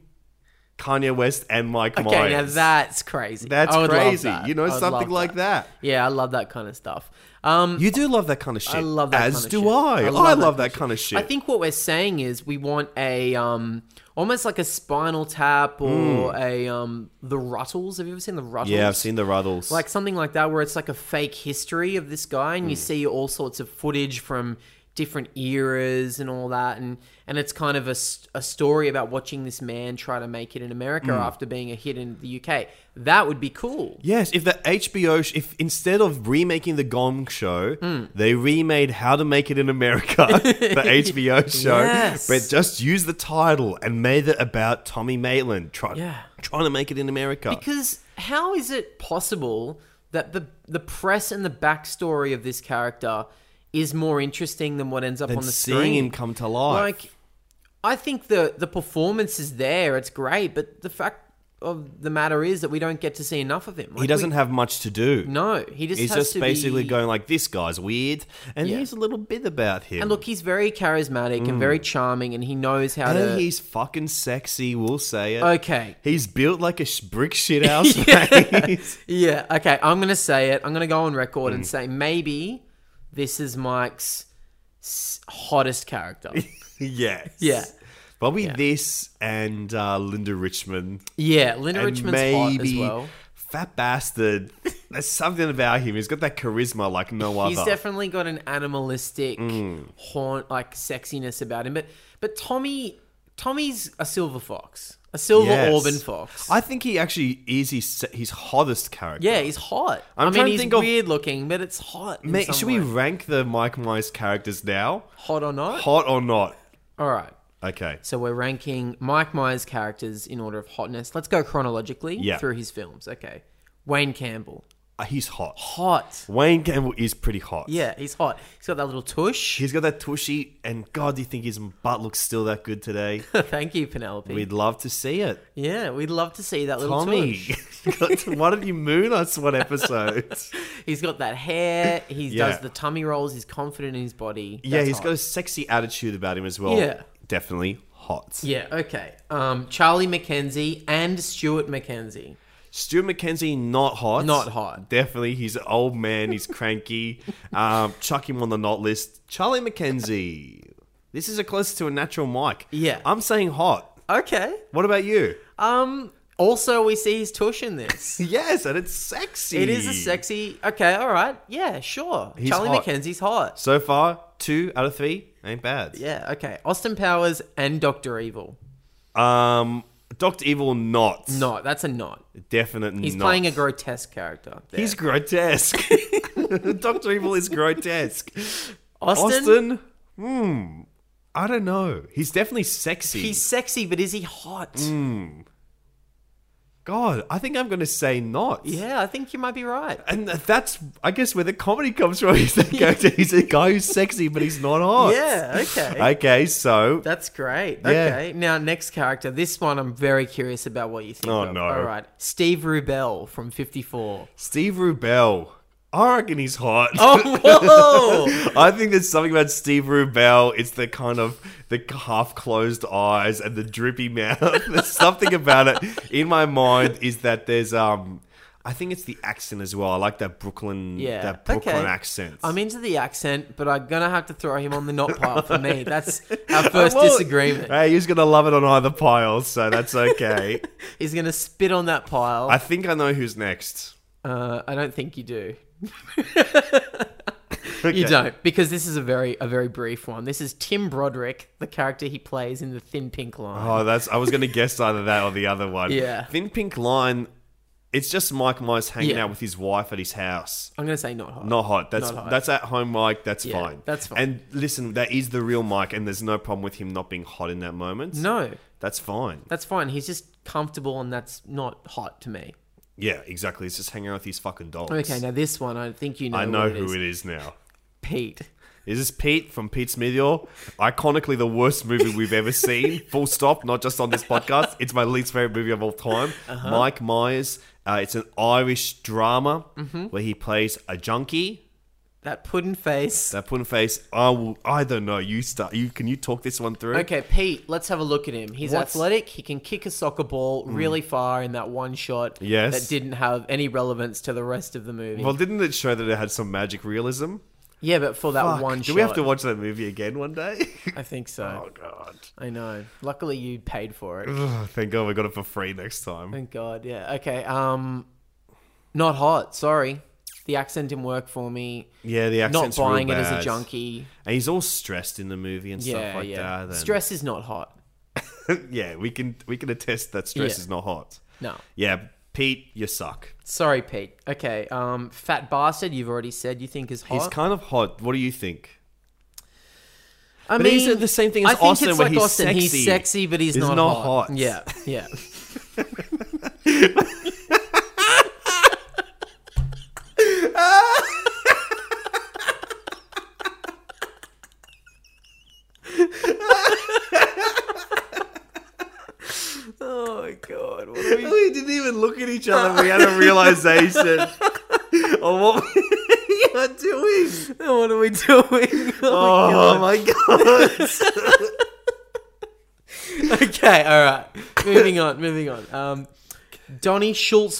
Speaker 2: Kanye West and Mike
Speaker 1: Okay,
Speaker 2: Myers.
Speaker 1: now that's crazy.
Speaker 2: That's
Speaker 1: I would love
Speaker 2: crazy.
Speaker 1: that.
Speaker 2: You know,
Speaker 1: I would
Speaker 2: something
Speaker 1: love
Speaker 2: like that.
Speaker 1: Yeah, I love that kind of stuff. Um,
Speaker 2: You do love that kind of shit.
Speaker 1: I love that.
Speaker 2: As
Speaker 1: kind of
Speaker 2: do
Speaker 1: shit.
Speaker 2: I. I love, that, kind of shit.
Speaker 1: I think what we're saying is we want a um, almost like a Spinal Tap or a um, the Ruttles. Have you ever seen the Ruttles?
Speaker 2: Hmm. Yeah, I've seen the Ruddles.
Speaker 1: like something like that where it's like a fake history of this guy and you
Speaker 2: Hmm.
Speaker 1: see all sorts of footage from different eras and all that and and it's kind of a, s- a story about watching this man try to make it in America
Speaker 2: Hmm.
Speaker 1: after being a hit in the UK that would be cool
Speaker 2: Yes, if the HBO, sh- if instead of remaking the Gong Show,
Speaker 1: Hmm.
Speaker 2: they remade How to Make It in America, the HBO show,
Speaker 1: Yes.
Speaker 2: but just use the title and made it about Tommy Maitland try,
Speaker 1: Yeah.
Speaker 2: trying to make it in America.
Speaker 1: because how is it possible that the the press and the backstory of this character is more interesting than what ends up
Speaker 2: Than
Speaker 1: on the
Speaker 2: seeing
Speaker 1: screen
Speaker 2: him come to life.
Speaker 1: like I think the the performance is there; it's great, but the fact of the matter is that we don't get to see enough of him. Like,
Speaker 2: he
Speaker 1: we-
Speaker 2: doesn't have much to do.
Speaker 1: No, he just
Speaker 2: He's
Speaker 1: has
Speaker 2: just
Speaker 1: to
Speaker 2: basically
Speaker 1: be-
Speaker 2: going like, this guy's weird, and
Speaker 1: Yeah.
Speaker 2: here's a little bit about him.
Speaker 1: And look, he's very charismatic and very charming, and he knows how
Speaker 2: Mm. and
Speaker 1: to.
Speaker 2: he's fucking sexy, we'll say it.
Speaker 1: uh, Okay.
Speaker 2: He's built like a sh- brick shit house, mate.
Speaker 1: Yeah. Okay. I'm gonna say it. I'm gonna go on record
Speaker 2: Mm.
Speaker 1: and say maybe this is Mike's s- hottest character.
Speaker 2: Yes.
Speaker 1: Yeah.
Speaker 2: Probably this and uh, Linda Richmond.
Speaker 1: yeah, Linda
Speaker 2: and
Speaker 1: Richmond's hot as
Speaker 2: maybe
Speaker 1: well.
Speaker 2: Fat bastard. There's something about him. He's got that charisma like no
Speaker 1: He's
Speaker 2: other. Mm.
Speaker 1: definitely got an animalistic haunt like sexiness about him. But but Tommy Tommy's a silver fox. A silver
Speaker 2: Yes.
Speaker 1: Auburn fox.
Speaker 2: I think he actually is his, his hottest character.
Speaker 1: yeah, he's hot. i
Speaker 2: I'm
Speaker 1: mean
Speaker 2: trying to
Speaker 1: he's
Speaker 2: think of-
Speaker 1: weird looking, but it's hot. in
Speaker 2: Ma-
Speaker 1: some
Speaker 2: should we
Speaker 1: way.
Speaker 2: rank the Mike Myers characters now?
Speaker 1: hot or not?
Speaker 2: Hot or not?
Speaker 1: Alright.
Speaker 2: Okay.
Speaker 1: So we're ranking Mike Myers characters in order of hotness. Let's go chronologically
Speaker 2: Yeah.
Speaker 1: through his films. Okay. Wayne Campbell.
Speaker 2: Uh, he's hot.
Speaker 1: Hot.
Speaker 2: Wayne Campbell is pretty hot.
Speaker 1: Yeah, he's hot. He's got that little tush.
Speaker 2: He's got that tushy, and God, do you think his butt looks still that good today?
Speaker 1: Thank you, Penelope.
Speaker 2: We'd love to see it.
Speaker 1: yeah, we'd love to see that little
Speaker 2: Tommy,
Speaker 1: tush.
Speaker 2: God, why don't you moon us one episode?
Speaker 1: He's got that hair. He
Speaker 2: Yeah.
Speaker 1: does the tummy rolls. He's confident in his body.
Speaker 2: yeah,
Speaker 1: That's
Speaker 2: he's
Speaker 1: hot.
Speaker 2: got a sexy attitude about him as well.
Speaker 1: Yeah.
Speaker 2: Definitely hot.
Speaker 1: Yeah. Okay. Um, Charlie McKenzie and Stuart McKenzie.
Speaker 2: Stuart McKenzie, not hot.
Speaker 1: Not hot.
Speaker 2: Definitely. He's an old man. He's cranky. um, chuck him on the not list. Charlie McKenzie. This is a close to a natural mic.
Speaker 1: Yeah.
Speaker 2: I'm saying hot.
Speaker 1: Okay.
Speaker 2: What about you?
Speaker 1: Um. Also, we see his tush in this.
Speaker 2: Yes, and it's sexy.
Speaker 1: it is a sexy. Okay. All right. Yeah. Sure.
Speaker 2: He's
Speaker 1: Charlie
Speaker 2: hot.
Speaker 1: McKenzie's hot.
Speaker 2: So far, two out of three. Ain't bad.
Speaker 1: Yeah. Okay. Austin Powers and Doctor Evil.
Speaker 2: Um, Dr. Evil, not.
Speaker 1: No, that's a not.
Speaker 2: Definite
Speaker 1: He's
Speaker 2: not.
Speaker 1: playing a grotesque character. there.
Speaker 2: He's grotesque. Doctor Evil is grotesque.
Speaker 1: Austin.
Speaker 2: Austin, hmm, I don't know. He's definitely sexy.
Speaker 1: He's sexy, but is he hot?
Speaker 2: Mm. God, I think I'm going to say not.
Speaker 1: Yeah, I think you might be right.
Speaker 2: And that's, I guess, where the comedy comes from. Is that character? He's a guy who's sexy, but he's not hot.
Speaker 1: Yeah. Okay.
Speaker 2: Okay, so
Speaker 1: That's great.
Speaker 2: Yeah.
Speaker 1: Okay. Now, next character. This one I'm very curious about what you think.
Speaker 2: Oh,
Speaker 1: of.
Speaker 2: no.
Speaker 1: All right. Steve Rubell from 54.
Speaker 2: Steve Rubell. I reckon he's hot.
Speaker 1: Oh, whoa!
Speaker 2: I think there's something about Steve Rubell. It's the kind of the half-closed eyes and the drippy mouth. there's something about it in my mind is that there's um. I think it's the accent as well. I like that Brooklyn,
Speaker 1: Yeah.
Speaker 2: that Brooklyn
Speaker 1: okay.
Speaker 2: accent.
Speaker 1: I'm into the accent, but I'm going to have to throw him on the not pile for me. That's our first
Speaker 2: Well,
Speaker 1: disagreement.
Speaker 2: Hey, he's gonna love it on either pile, so that's okay.
Speaker 1: He's going to spit on that pile.
Speaker 2: I think I know who's next.
Speaker 1: uh, I don't think you do.
Speaker 2: Okay.
Speaker 1: You don't, because this is a very a very brief one. This is Tim Broderick, the character he plays in the Thin Pink Line.
Speaker 2: Oh, that's. I was gonna guess either that or the other one.
Speaker 1: Yeah.
Speaker 2: Thin Pink Line. It's just Mike Myers hanging
Speaker 1: Yeah.
Speaker 2: out with his wife at his house.
Speaker 1: I'm going to say not hot.
Speaker 2: Not hot. That's
Speaker 1: Not hot.
Speaker 2: that's at home, Mike. That's
Speaker 1: Yeah,
Speaker 2: fine.
Speaker 1: that's fine.
Speaker 2: And listen, that is the real Mike, and there's no problem with him not being hot in that moment.
Speaker 1: No,
Speaker 2: that's fine.
Speaker 1: that's fine. He's just comfortable, and that's not hot to me.
Speaker 2: Yeah, exactly. He's just hanging out with his fucking dogs.
Speaker 1: Okay, now this one, I think you know.
Speaker 2: I know
Speaker 1: what
Speaker 2: who it is now.
Speaker 1: Pete.
Speaker 2: Is this Pete from Pete's Meteor? Iconically, the worst movie we've ever seen. Full stop. Not just on this podcast. It's my least favorite movie of all time.
Speaker 1: Uh-huh.
Speaker 2: Mike
Speaker 1: Mm-hmm.
Speaker 2: Myers. Uh, it's an Irish drama where he plays a junkie
Speaker 1: That puddin' face.
Speaker 2: That pudding face. I will. I don't know. You start. You can you talk this one through?
Speaker 1: Okay, Pete, let's have a look at him. He's
Speaker 2: What's- Hmm.
Speaker 1: athletic. He can kick a soccer ball really far in that one shot
Speaker 2: Yes.
Speaker 1: that didn't have any relevance to the rest of the movie.
Speaker 2: Well, didn't it show that it had some magic realism?
Speaker 1: yeah, but for that
Speaker 2: Fuck,
Speaker 1: one
Speaker 2: do
Speaker 1: shot.
Speaker 2: we have to watch that movie again one day?
Speaker 1: I think so.
Speaker 2: oh god.
Speaker 1: I know. Luckily, you paid for it.
Speaker 2: Oh, thank God we got it for free next time.
Speaker 1: Thank God. Yeah. Okay. Um, not hot. Sorry, the accent didn't work for me.
Speaker 2: Yeah, the
Speaker 1: Not
Speaker 2: accent's
Speaker 1: buying
Speaker 2: real
Speaker 1: it as
Speaker 2: bad.
Speaker 1: a junkie.
Speaker 2: And he's all stressed in the movie and
Speaker 1: Yeah,
Speaker 2: stuff like
Speaker 1: yeah.
Speaker 2: that. and-
Speaker 1: Stress is not hot.
Speaker 2: yeah, we can we can attest that stress
Speaker 1: Yeah.
Speaker 2: is not hot.
Speaker 1: No.
Speaker 2: Yeah, Pete, you suck.
Speaker 1: Sorry, Pete. Okay. Um, fat bastard. You've already said you think is hot.
Speaker 2: He's kind of hot. What do you think?
Speaker 1: I
Speaker 2: But
Speaker 1: mean,
Speaker 2: is it the same thing as
Speaker 1: I think
Speaker 2: Austin
Speaker 1: it's
Speaker 2: where
Speaker 1: like
Speaker 2: he's
Speaker 1: Austin.
Speaker 2: sexy?
Speaker 1: He's sexy, but he's,
Speaker 2: He's
Speaker 1: not,
Speaker 2: not
Speaker 1: hot.
Speaker 2: hot.
Speaker 1: Yeah, yeah. oh my god! What are we?
Speaker 2: We didn't even look at each other. We had a realization of Oh, what we are doing.
Speaker 1: What are we doing?
Speaker 2: Oh my god!
Speaker 1: okay, all right. Moving on. Moving on. Um, Donnie Schultz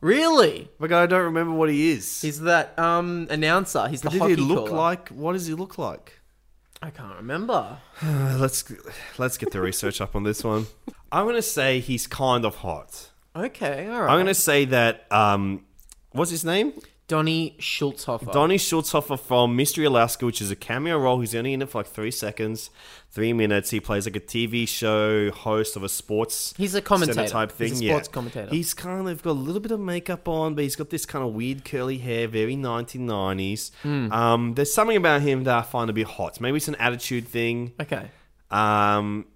Speaker 1: Really?
Speaker 2: My God, I don't remember what he is.
Speaker 1: He's that um announcer. He's the
Speaker 2: Did
Speaker 1: hockey
Speaker 2: he look
Speaker 1: caller.
Speaker 2: like? What does he look like?
Speaker 1: I can't remember.
Speaker 2: Uh, let's let's get the research up on this one. I'm going to say he's kind of hot.
Speaker 1: Okay, all right.
Speaker 2: I'm going to say that. Um, what's his name?
Speaker 1: Donnie Schultzhofer.
Speaker 2: Donnie Schultzhofer from Mystery Alaska, which is a cameo role. He's only in it for like three seconds, three minutes. He plays like a TV show host of a sports.
Speaker 1: He's a commentator.
Speaker 2: center type thing.
Speaker 1: He's a
Speaker 2: yeah.
Speaker 1: sports commentator.
Speaker 2: He's kind of got a little bit of makeup on, but he's got this kind of weird curly hair, very 1990s.
Speaker 1: Hmm.
Speaker 2: Um, there's something about him that I find to be hot. Maybe it's an attitude thing.
Speaker 1: okay.
Speaker 2: Um,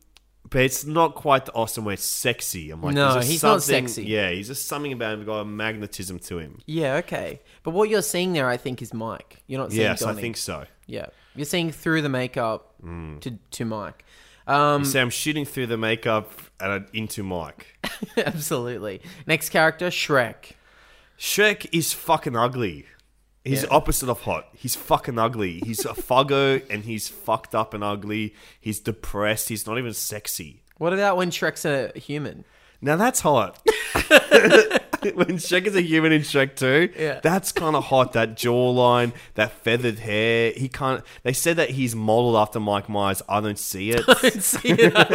Speaker 2: but it's not quite the Austin where it's sexy. I'm like,
Speaker 1: No,
Speaker 2: there's just
Speaker 1: he's not
Speaker 2: something-
Speaker 1: sexy.
Speaker 2: Yeah, he's just something about him. Got a magnetism to him.
Speaker 1: Yeah, okay. But what you're seeing there, I think, is Mike. You're not seeing
Speaker 2: Yes,
Speaker 1: Donnie.
Speaker 2: I think so.
Speaker 1: Yeah, you're seeing through the makeup
Speaker 2: Mm.
Speaker 1: to to Mike. Um,
Speaker 2: So I'm shooting through the makeup and I- into Mike.
Speaker 1: absolutely. Next character, Shrek.
Speaker 2: Shrek is fucking ugly. He's opposite of hot. He's fucking ugly. He's a fuggo and he's fucked up and ugly. He's depressed. He's not even sexy.
Speaker 1: What about when Shrek's a human?
Speaker 2: Now that's hot. when Shrek is a human in Shrek 2,
Speaker 1: Yeah.
Speaker 2: that's kind of hot. That jawline, that feathered hair. He kind of. They said that he's modeled after Mike Myers. I don't see it.
Speaker 1: See it at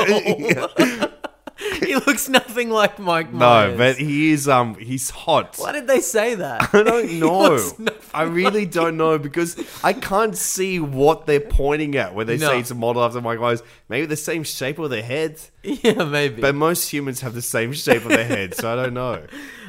Speaker 1: all. he looks nothing like Mike Myers.
Speaker 2: no, but he is. Um, he's hot.
Speaker 1: why did they say that?
Speaker 2: I don't know.
Speaker 1: looks nothing
Speaker 2: I really don't know because I can't see what they're pointing at when they
Speaker 1: No.
Speaker 2: say it's a model after my eyes. Maybe the same shape of their head,
Speaker 1: yeah, maybe.
Speaker 2: but most humans have the same shape of their head, so I don't know.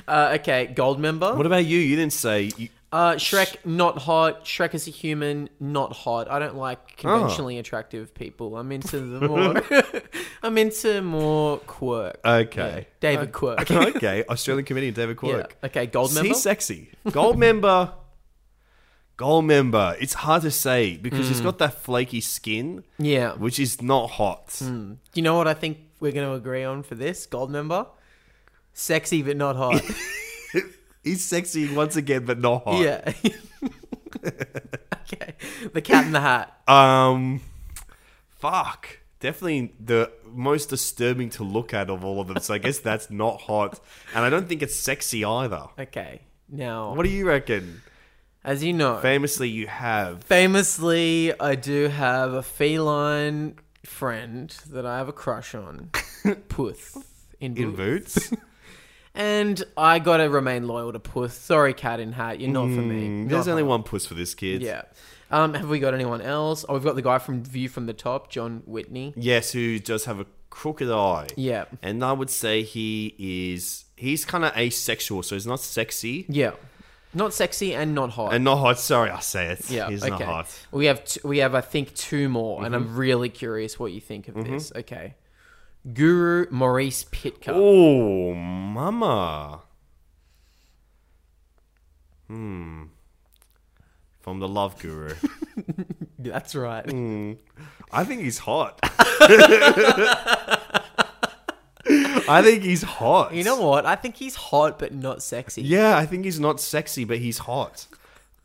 Speaker 1: uh, okay, gold member.
Speaker 2: What about you? You didn't say. You,
Speaker 1: Uh, Shrek not hot. Shrek is a human, not hot. I don't
Speaker 2: Oh.
Speaker 1: like conventionally attractive people. I'm into the more. I'm into more quirk.
Speaker 2: okay. Uh,
Speaker 1: David Quirk.
Speaker 2: Okay. Australian comedian David Quirk.
Speaker 1: Yeah. Okay, gold member.
Speaker 2: He's sexy. Gold member. Gold member. It's hard to say because he's got that flaky skin,
Speaker 1: Hmm. yeah. Hmm.
Speaker 2: which is not hot.
Speaker 1: Do you know what I think we're going to agree on for this gold member. Sexy but not hot.
Speaker 2: He's sexy once again, but not hot.
Speaker 1: Yeah. the Cat in the Hat.
Speaker 2: Um, fuck. Definitely the most disturbing to look at of all of them. So I guess that's not hot, and I don't think it's sexy either.
Speaker 1: Okay. Now,
Speaker 2: What do you reckon?
Speaker 1: As you know,
Speaker 2: famously, you have
Speaker 1: famously, I do have a feline friend that I have a crush on. Puth in
Speaker 2: in
Speaker 1: boots.
Speaker 2: boots.
Speaker 1: And I gotta remain loyal to Puth. Sorry, Cat in Hat, you're not for me.
Speaker 2: Mm, There's
Speaker 1: Not
Speaker 2: only
Speaker 1: hot.
Speaker 2: one puss for this kid.
Speaker 1: Yeah. Um, have we got anyone else? Oh, we've got the guy from View from the Top, John Whitney.
Speaker 2: Yes, who does have a crooked eye.
Speaker 1: Yeah.
Speaker 2: And I would say he is. He's kind of asexual, so he's not sexy.
Speaker 1: Yeah. Not sexy and not hot.
Speaker 2: And not hot. Sorry, I say it.
Speaker 1: yeah,
Speaker 2: He's
Speaker 1: okay.
Speaker 2: not hot.
Speaker 1: We have t- we have I think two more, and I'm
Speaker 2: Mhm.
Speaker 1: really curious what you think of
Speaker 2: Mm-hmm.
Speaker 1: this. Okay, Guru Maurice Pitka.
Speaker 2: Oh, mama. Hmm. From the love guru.
Speaker 1: That's right.
Speaker 2: Mm. I think he's hot. I think he's hot.
Speaker 1: You know what? I think he's hot but not sexy.
Speaker 2: Yeah, I think he's not sexy, but he's hot.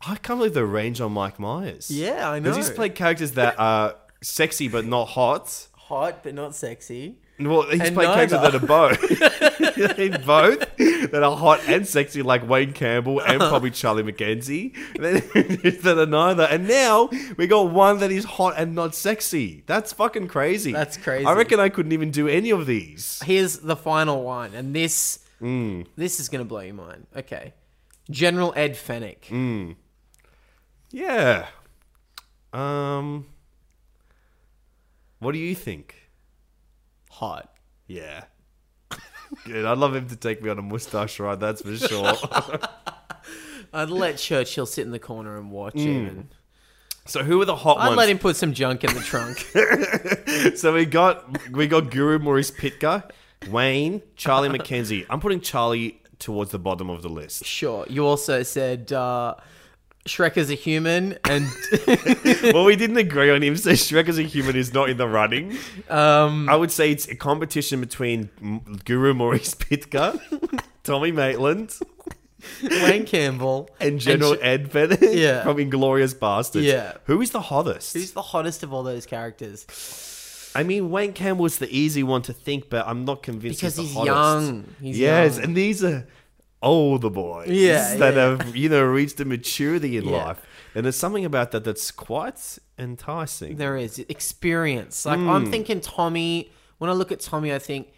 Speaker 2: I can't believe the range on Mike Myers.
Speaker 1: Yeah, I
Speaker 2: 'Cause he's
Speaker 1: know.
Speaker 2: played characters that are sexy but not hot.
Speaker 1: hot but not sexy.
Speaker 2: Well, he's
Speaker 1: And
Speaker 2: played characters that
Speaker 1: neither.
Speaker 2: are both. He's both that are hot and sexy, like Wayne Campbell and
Speaker 1: Uh-huh.
Speaker 2: probably Charlie McKenzie. that are neither. And now we got one that is hot and not sexy. That's fucking crazy.
Speaker 1: That's crazy.
Speaker 2: I reckon I couldn't even do any of these.
Speaker 1: Here's the final one, and this
Speaker 2: Mm.
Speaker 1: this is gonna blow your mind. Okay, General Ed Fennick.
Speaker 2: Mm. Yeah. Um. What do you think?
Speaker 1: Hot.
Speaker 2: Yeah. Good. I'd love him to take me on a mustache ride. That's for sure.
Speaker 1: I'd let Churchill sit in the corner and watch
Speaker 2: Mm.
Speaker 1: even.
Speaker 2: so who are the hot
Speaker 1: I'd
Speaker 2: ones?
Speaker 1: let him put some junk in the trunk.
Speaker 2: so we got we got Guru Maurice Pitka, Wayne, Charlie McKenzie. I'm putting Charlie towards the bottom of the list.
Speaker 1: sure. You also said uh, Shrek is a human, and
Speaker 2: well, we didn't agree on him, so Shrek as a human is not in the running.
Speaker 1: Um,
Speaker 2: I would say it's a competition between M- Guru Maurice Pitka, Tommy Maitland,
Speaker 1: Wayne Campbell,
Speaker 2: and General
Speaker 1: Sh-
Speaker 2: Ed Bennett
Speaker 1: Yeah.
Speaker 2: from Inglorious Bastards.
Speaker 1: Yeah.
Speaker 2: Who is the hottest?
Speaker 1: Who's the hottest of all those characters?
Speaker 2: I mean, Wayne Campbell's the easy one to think, but I'm not convinced
Speaker 1: Because he's
Speaker 2: the hottest.
Speaker 1: young. He's
Speaker 2: yes,
Speaker 1: young.
Speaker 2: and these are older boys
Speaker 1: Yeah,
Speaker 2: that
Speaker 1: yeah.
Speaker 2: have you know reached a maturity in
Speaker 1: Yeah.
Speaker 2: life, and there's something about that that's quite enticing.
Speaker 1: There is experience. Like I'm
Speaker 2: Mm.
Speaker 1: thinking Tommy. When I look at Tommy, I think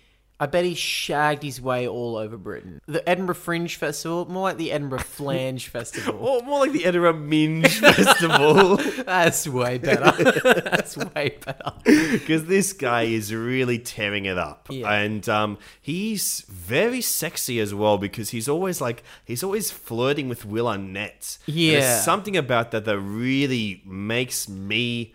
Speaker 1: I bet he shagged his way all over Britain. The Edinburgh Fringe Festival, more like the Edinburgh Flange Festival.
Speaker 2: Or more like the Edinburgh Minge Festival.
Speaker 1: That's way better. That's way better.
Speaker 2: Because this guy is really tearing it up. And um, he's very sexy as well because he's always like, he's always flirting with Will Arnett. And
Speaker 1: Yeah.
Speaker 2: There's something about that that really makes me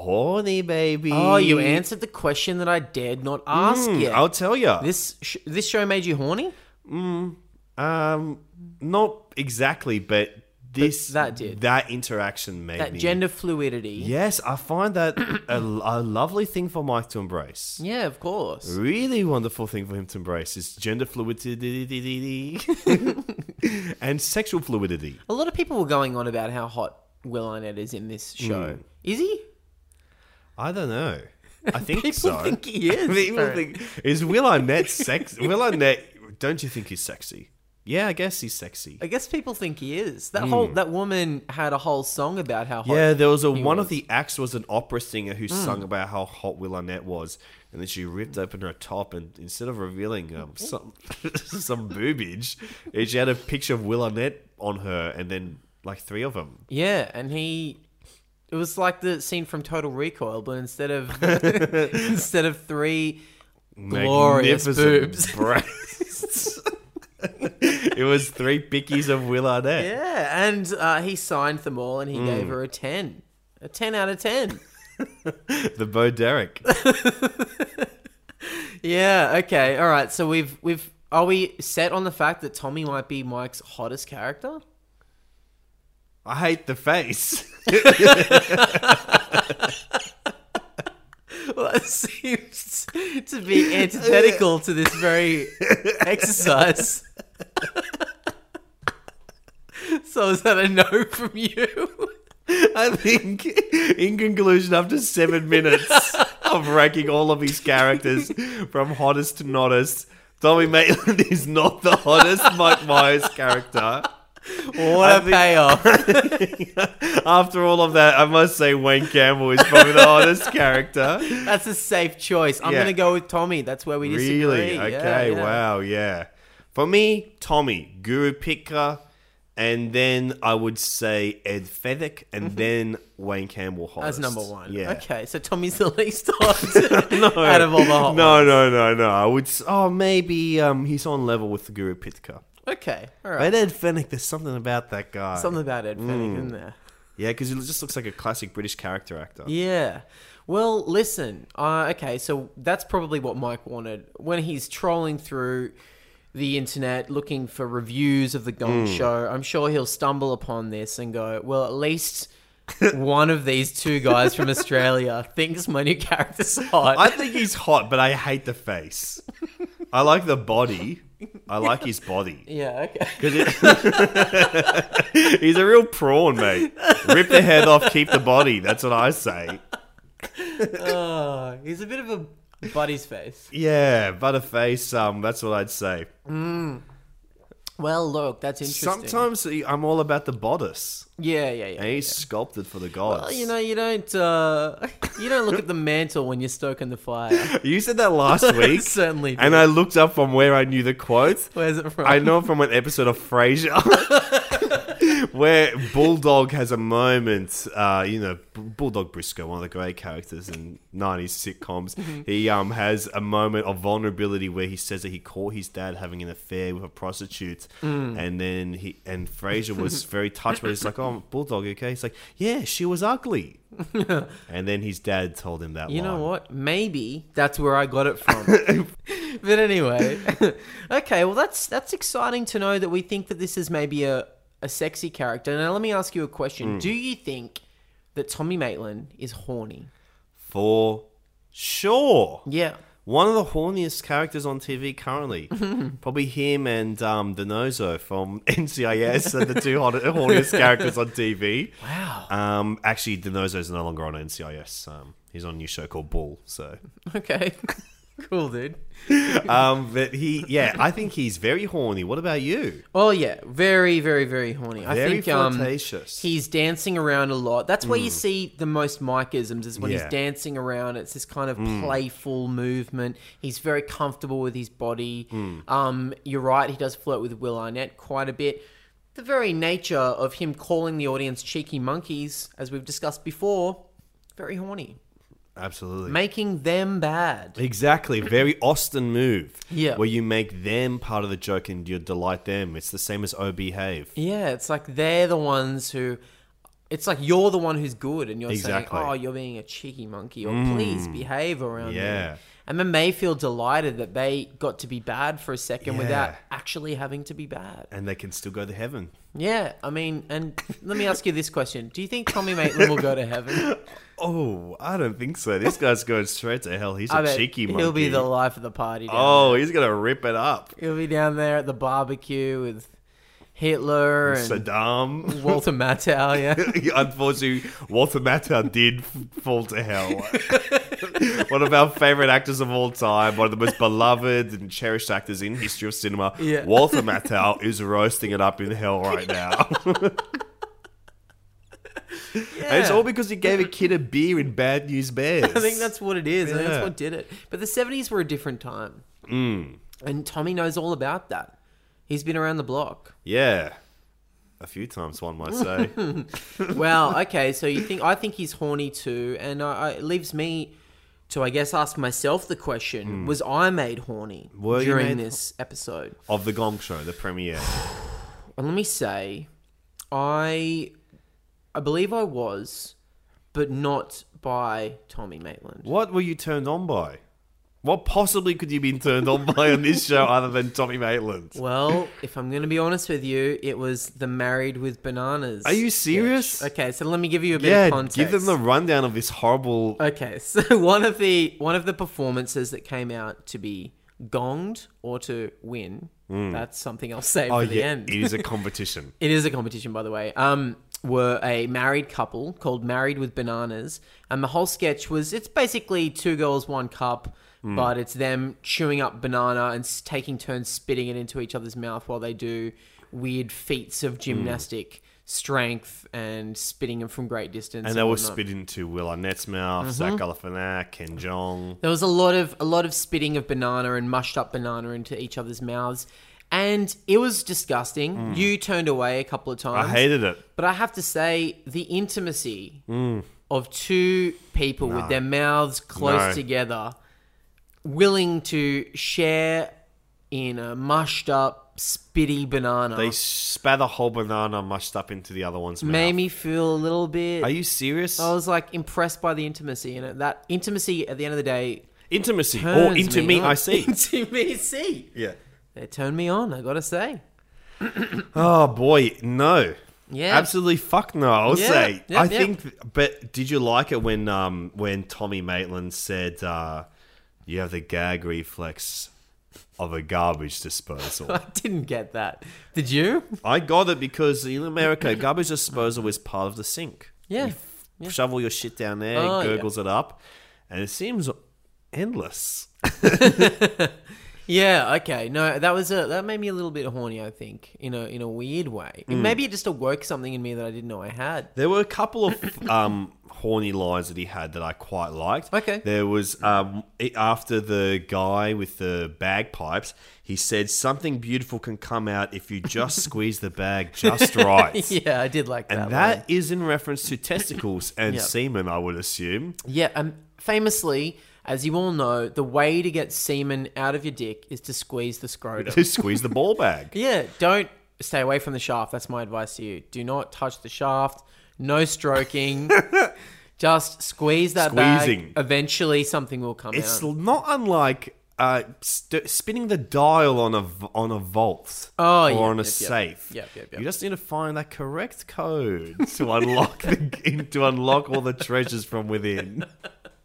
Speaker 2: horny, baby.
Speaker 1: Oh, you answered the question that I dared not ask
Speaker 2: Mm,
Speaker 1: yet.
Speaker 2: I'll tell ya.
Speaker 1: This sh- this show made you horny.
Speaker 2: Mm, um, not exactly, but this that did that interaction made
Speaker 1: That
Speaker 2: me
Speaker 1: gender fluidity.
Speaker 2: Yes, I find that a, a lovely thing for Mike to embrace.
Speaker 1: Yeah, of course.
Speaker 2: Really wonderful thing for him to embrace is gender fluidity and sexual fluidity.
Speaker 1: A lot of people were going on about how hot Will Arnett is in this show.
Speaker 2: Mm.
Speaker 1: Is he?
Speaker 2: I don't know. I think
Speaker 1: People
Speaker 2: so.
Speaker 1: think he is,
Speaker 2: People
Speaker 1: apparently.
Speaker 2: think is Will Arnett sex? Will Arnett? Don't you think he's sexy? Yeah, I guess he's sexy.
Speaker 1: I guess people think he is. That
Speaker 2: Mm.
Speaker 1: whole that woman had a whole song about how hot.
Speaker 2: Yeah, there was a
Speaker 1: he
Speaker 2: one of
Speaker 1: was.
Speaker 2: the acts was an opera singer who
Speaker 1: Mm.
Speaker 2: sung about how hot Will Arnett was, and then she ripped open her top and instead of revealing um, some some boobage, eh, she had a picture of Will Arnett on her, and then like three of them.
Speaker 1: Yeah, and he. It was like the scene from Total Recoil, but instead of instead of three glorious boobs,
Speaker 2: breasts. it was three pickies of Will Arnett.
Speaker 1: Yeah, and uh, he signed them all, and he gave
Speaker 2: Mm.
Speaker 1: her a ten, a ten out of ten.
Speaker 2: The Bo Derek.
Speaker 1: yeah. Okay. All right. So we've we've are we set on the fact that Tommy might be Mike's hottest character?
Speaker 2: I hate the face.
Speaker 1: Well, that seems to be antithetical to this very exercise. so is that a no from you?
Speaker 2: I think, in conclusion, after seven minutes of ranking all of his characters from hottest to nottest, Tommy Maitland is not the hottest Mike Myers character.
Speaker 1: What a payoff.
Speaker 2: After all of that, I must say Wayne Campbell is probably the hottest character.
Speaker 1: That's a safe choice. I'm
Speaker 2: Yeah.
Speaker 1: gonna go with Tommy. That's where we disagree.
Speaker 2: Really?
Speaker 1: Yeah,
Speaker 2: Okay,
Speaker 1: yeah.
Speaker 2: wow, yeah. For me, Tommy, Guru Pitka, and then I would say Ed Fedek, and then Wayne Campbell
Speaker 1: That's
Speaker 2: hottest.
Speaker 1: Mm-hmm. number one.
Speaker 2: Yeah.
Speaker 1: Okay, so Tommy's the least hot out of all the hot
Speaker 2: No, no, no, no. I would. s- Oh, maybe um, he's on level with Guru Pitka.
Speaker 1: ones. Okay, all
Speaker 2: But
Speaker 1: right.
Speaker 2: Ed Fennec, there's something about that guy.
Speaker 1: Something about Ed Fenning
Speaker 2: Mm.
Speaker 1: in there.
Speaker 2: Yeah, because he just looks like a classic British character actor.
Speaker 1: Yeah. Well, listen. Uh, okay, so that's probably what Mike wanted when he's trolling through the internet looking for reviews of the Gong
Speaker 2: Mm.
Speaker 1: Show. I'm sure he'll stumble upon this and go, "Well, at least." One of these two guys from Australia thinks my new character's hot.
Speaker 2: I think he's hot, but I hate the face. I like the body. I like his body.
Speaker 1: Yeah, okay.
Speaker 2: 'Cause it- he's a real prawn, mate. Rip the head off, keep the body. That's what I say.
Speaker 1: oh, he's a bit of a buddy's face.
Speaker 2: Yeah, butterface. Um, that's what I'd say.
Speaker 1: Mm. Well, look, that's interesting.
Speaker 2: Sometimes I'm all about the bodice.
Speaker 1: Yeah, yeah, yeah.
Speaker 2: And he's sculpted for the gods.
Speaker 1: Well, you know, you don't uh, you don't look at the mantle when you're stoking the fire.
Speaker 2: You said that last week.
Speaker 1: Certainly
Speaker 2: And
Speaker 1: did.
Speaker 2: I looked up from where I knew the quote.
Speaker 1: Where's it from?
Speaker 2: I know it from an episode of Frasier. Where Bulldog has a moment, uh, you know, B- Bulldog Briscoe, one of the great characters in '90s sitcoms,
Speaker 1: Mm-hmm.
Speaker 6: Mhm.
Speaker 2: he um has a moment of vulnerability where he says that he caught his dad having an affair with a prostitute,
Speaker 6: Mm.
Speaker 2: and then he and Frasier was very touched by. it. He's like, "Oh, Bulldog, you okay?" He's like, "Yeah, she was ugly," and then his dad told him that.
Speaker 1: You
Speaker 2: line.
Speaker 1: know what? Maybe that's where I got it from. but anyway, okay. Well, that's that's exciting to know that we think that this is maybe a a sexy character. Now, let me ask you a question.
Speaker 2: Mm.
Speaker 1: Do you think that Tommy Maitland is horny?
Speaker 2: for sure.
Speaker 1: Yeah.
Speaker 2: One of the horniest characters on TV currently. Probably him and um, Denozo from NCIS are the two hot- horniest characters on TV.
Speaker 1: Wow.
Speaker 2: Um, actually, Denozo's no longer on NCIS. Um, he's on a new show called Bull. So,
Speaker 1: Okay. cool, dude.
Speaker 2: um, but he, yeah, I think he's very horny. What about you?
Speaker 1: Oh yeah, very, very, very horny. I
Speaker 2: Very
Speaker 1: think um,
Speaker 2: flirtatious.
Speaker 1: he's dancing around a lot. That's where you
Speaker 2: Mm.
Speaker 1: see the most Mikeisms is when
Speaker 2: Yeah.
Speaker 1: he's dancing around. It's this kind of
Speaker 2: Mm.
Speaker 1: playful movement. He's very comfortable with his body.
Speaker 2: Mm.
Speaker 1: Um, you're right. He does flirt with Will Arnett quite a bit. The very nature of him calling the audience cheeky monkeys, as we've discussed before, very horny,
Speaker 2: Absolutely.
Speaker 1: making them bad.
Speaker 2: Exactly, very Austin move.
Speaker 1: Yeah.
Speaker 2: where you make them part of the joke and you delight them. It's the same as O behave.
Speaker 1: Yeah, it's like they're the ones who. It's like you're the one who's good, and you're
Speaker 2: Exactly.
Speaker 1: saying, "Oh, you're being a cheeky monkey," or
Speaker 2: Mm.
Speaker 1: "Please behave around me."
Speaker 2: Yeah.
Speaker 1: And then they feel delighted that they got to be bad for a second without
Speaker 2: Yeah.
Speaker 1: actually having to be bad.
Speaker 2: and they can still go to heaven.
Speaker 1: Yeah, I mean, and let me ask you this question: Do you think Tommy Maitland will go to heaven?
Speaker 2: Oh, I don't think so. This guy's going straight to hell. He's
Speaker 1: I
Speaker 2: a
Speaker 1: bet
Speaker 2: cheeky monkey.
Speaker 1: He'll be the life of the party. down
Speaker 2: Oh, he's gonna rip it up.
Speaker 1: there. he'll be down there at the barbecue with Hitler and
Speaker 2: Saddam,
Speaker 1: Walter Matthau. Yeah.
Speaker 2: Unfortunately, Walter Matthau did f- fall to hell. one of our favorite actors of all time, one of the most beloved and cherished actors in history of cinema.
Speaker 1: Yeah.
Speaker 2: Walter Matthau is roasting it up in hell right now. And it's all because he gave a kid a beer in Bad News Bears.
Speaker 1: I think that's what it is. I think
Speaker 2: Yeah.
Speaker 1: that's what did it. But the 70s were a different time.
Speaker 2: Mm.
Speaker 1: And Tommy knows all about that. He's been around the block.
Speaker 2: Yeah. A few times, one might say.
Speaker 1: wow. Okay. So you think I think he's horny too, and I, I, it leaves me to, I guess, ask myself the question:
Speaker 2: Mm.
Speaker 1: Was I made horny
Speaker 2: Were you
Speaker 1: during
Speaker 2: made-
Speaker 1: this episode?
Speaker 2: of the Gong Show, the premiere.
Speaker 1: And let me say, I, I believe I was, but not by Tommy Maitland.
Speaker 2: What were you turned on by? What possibly could you be turned on by on this show other than Tommy Maitland?
Speaker 1: Well, if I'm going to be honest with you, it was the Married with Bananas.
Speaker 2: Are you serious?
Speaker 1: Okay, so let me give you a bit
Speaker 2: yeah,
Speaker 1: of context.
Speaker 2: give them the rundown of this horrible.
Speaker 1: Okay, so one of the one of the performances that came out to be gonged or to win.
Speaker 2: Mm.
Speaker 1: That's something I'll save
Speaker 2: oh
Speaker 1: for the
Speaker 2: yeah,
Speaker 1: end.
Speaker 2: it is a competition.
Speaker 1: It is a competition, by the way. Um, were a married couple called Married with Bananas, and the whole sketch was it's basically two girls, one cup,
Speaker 2: Hmm.
Speaker 6: Mm.
Speaker 1: but it's them chewing up banana and s- taking turns spitting it into each other's mouth while they do weird feats
Speaker 2: Hmm.
Speaker 1: of gymnastic strength and spitting them from great distance.
Speaker 2: and they were
Speaker 1: whatnot.
Speaker 2: spit into Will Arnett's mouth, Zach
Speaker 1: Mhm.
Speaker 2: Galifianak, Ken Jong.
Speaker 1: There was a lot of a lot of spitting of banana and mushed up banana into each other's mouths, and it was disgusting.
Speaker 2: Mm.
Speaker 1: You turned away a couple of times.
Speaker 2: I hated it.
Speaker 1: But I have to say, the intimacy
Speaker 2: Mm.
Speaker 1: of two people
Speaker 2: No.
Speaker 1: with their mouths close
Speaker 2: No.
Speaker 1: together, willing to share in a mushed up, spitty banana,
Speaker 2: They spat a whole banana mushed up into the other one's mouth.
Speaker 1: made me feel a little bit.
Speaker 2: Are you serious?
Speaker 1: I was like impressed by the intimacy in it. That intimacy at the end of the day.
Speaker 2: Intimacy. Or
Speaker 1: turns
Speaker 2: into me,
Speaker 1: on.
Speaker 2: I see.
Speaker 1: into me, see.
Speaker 2: Yeah.
Speaker 1: They turned me on, I gotta say.
Speaker 2: Oh boy, no.
Speaker 1: Yeah.
Speaker 2: Absolutely fuck no, I'll
Speaker 1: Yeah,
Speaker 2: say.
Speaker 1: yep,
Speaker 2: I
Speaker 1: yep.
Speaker 2: think but did you like it when um when Tommy Maitland said uh you have the gag reflex of a garbage disposal?
Speaker 1: I didn't get that. Did you?
Speaker 2: I got it because in America garbage disposal is part of the sink.
Speaker 1: Yeah.
Speaker 2: You Shovel your shit down there,
Speaker 1: Oh,
Speaker 2: it
Speaker 1: yeah.
Speaker 2: gurgles it up, and it seems endless.
Speaker 1: Yeah, okay. No, that was a that made me a little bit horny, I think, in a in a weird way. It-
Speaker 2: Mm.
Speaker 1: Maybe it just awoke something in me that I didn't know I had.
Speaker 2: There were a couple of um, horny lines that he had that I quite liked. Okay. There was um, i- after the guy with the bagpipes, he said something beautiful can come out if you just squeeze the bag just right.
Speaker 1: yeah, I did like that.
Speaker 2: And
Speaker 1: line.
Speaker 2: that is in reference to testicles and
Speaker 1: Yep.
Speaker 2: semen, I would assume.
Speaker 1: Yeah, um, famously, as you all know, the way to get semen out of your dick is to squeeze the scrotum.
Speaker 2: To squeeze the ball bag.
Speaker 1: Yeah, don't stay away from the shaft. That's my advice to you. Do not touch the shaft. No stroking. Just squeeze that
Speaker 2: Squeezing.
Speaker 1: bag. Eventually, something will come
Speaker 2: It's
Speaker 1: out.
Speaker 2: not unlike uh, st- spinning the dial on a v- on a vault
Speaker 1: Oh,
Speaker 2: or
Speaker 1: yep,
Speaker 2: on a
Speaker 1: yep, yep.
Speaker 2: safe.
Speaker 1: Yep, yep, yep.
Speaker 2: You just need to find that correct code to unlock the game, to unlock all the treasures from within.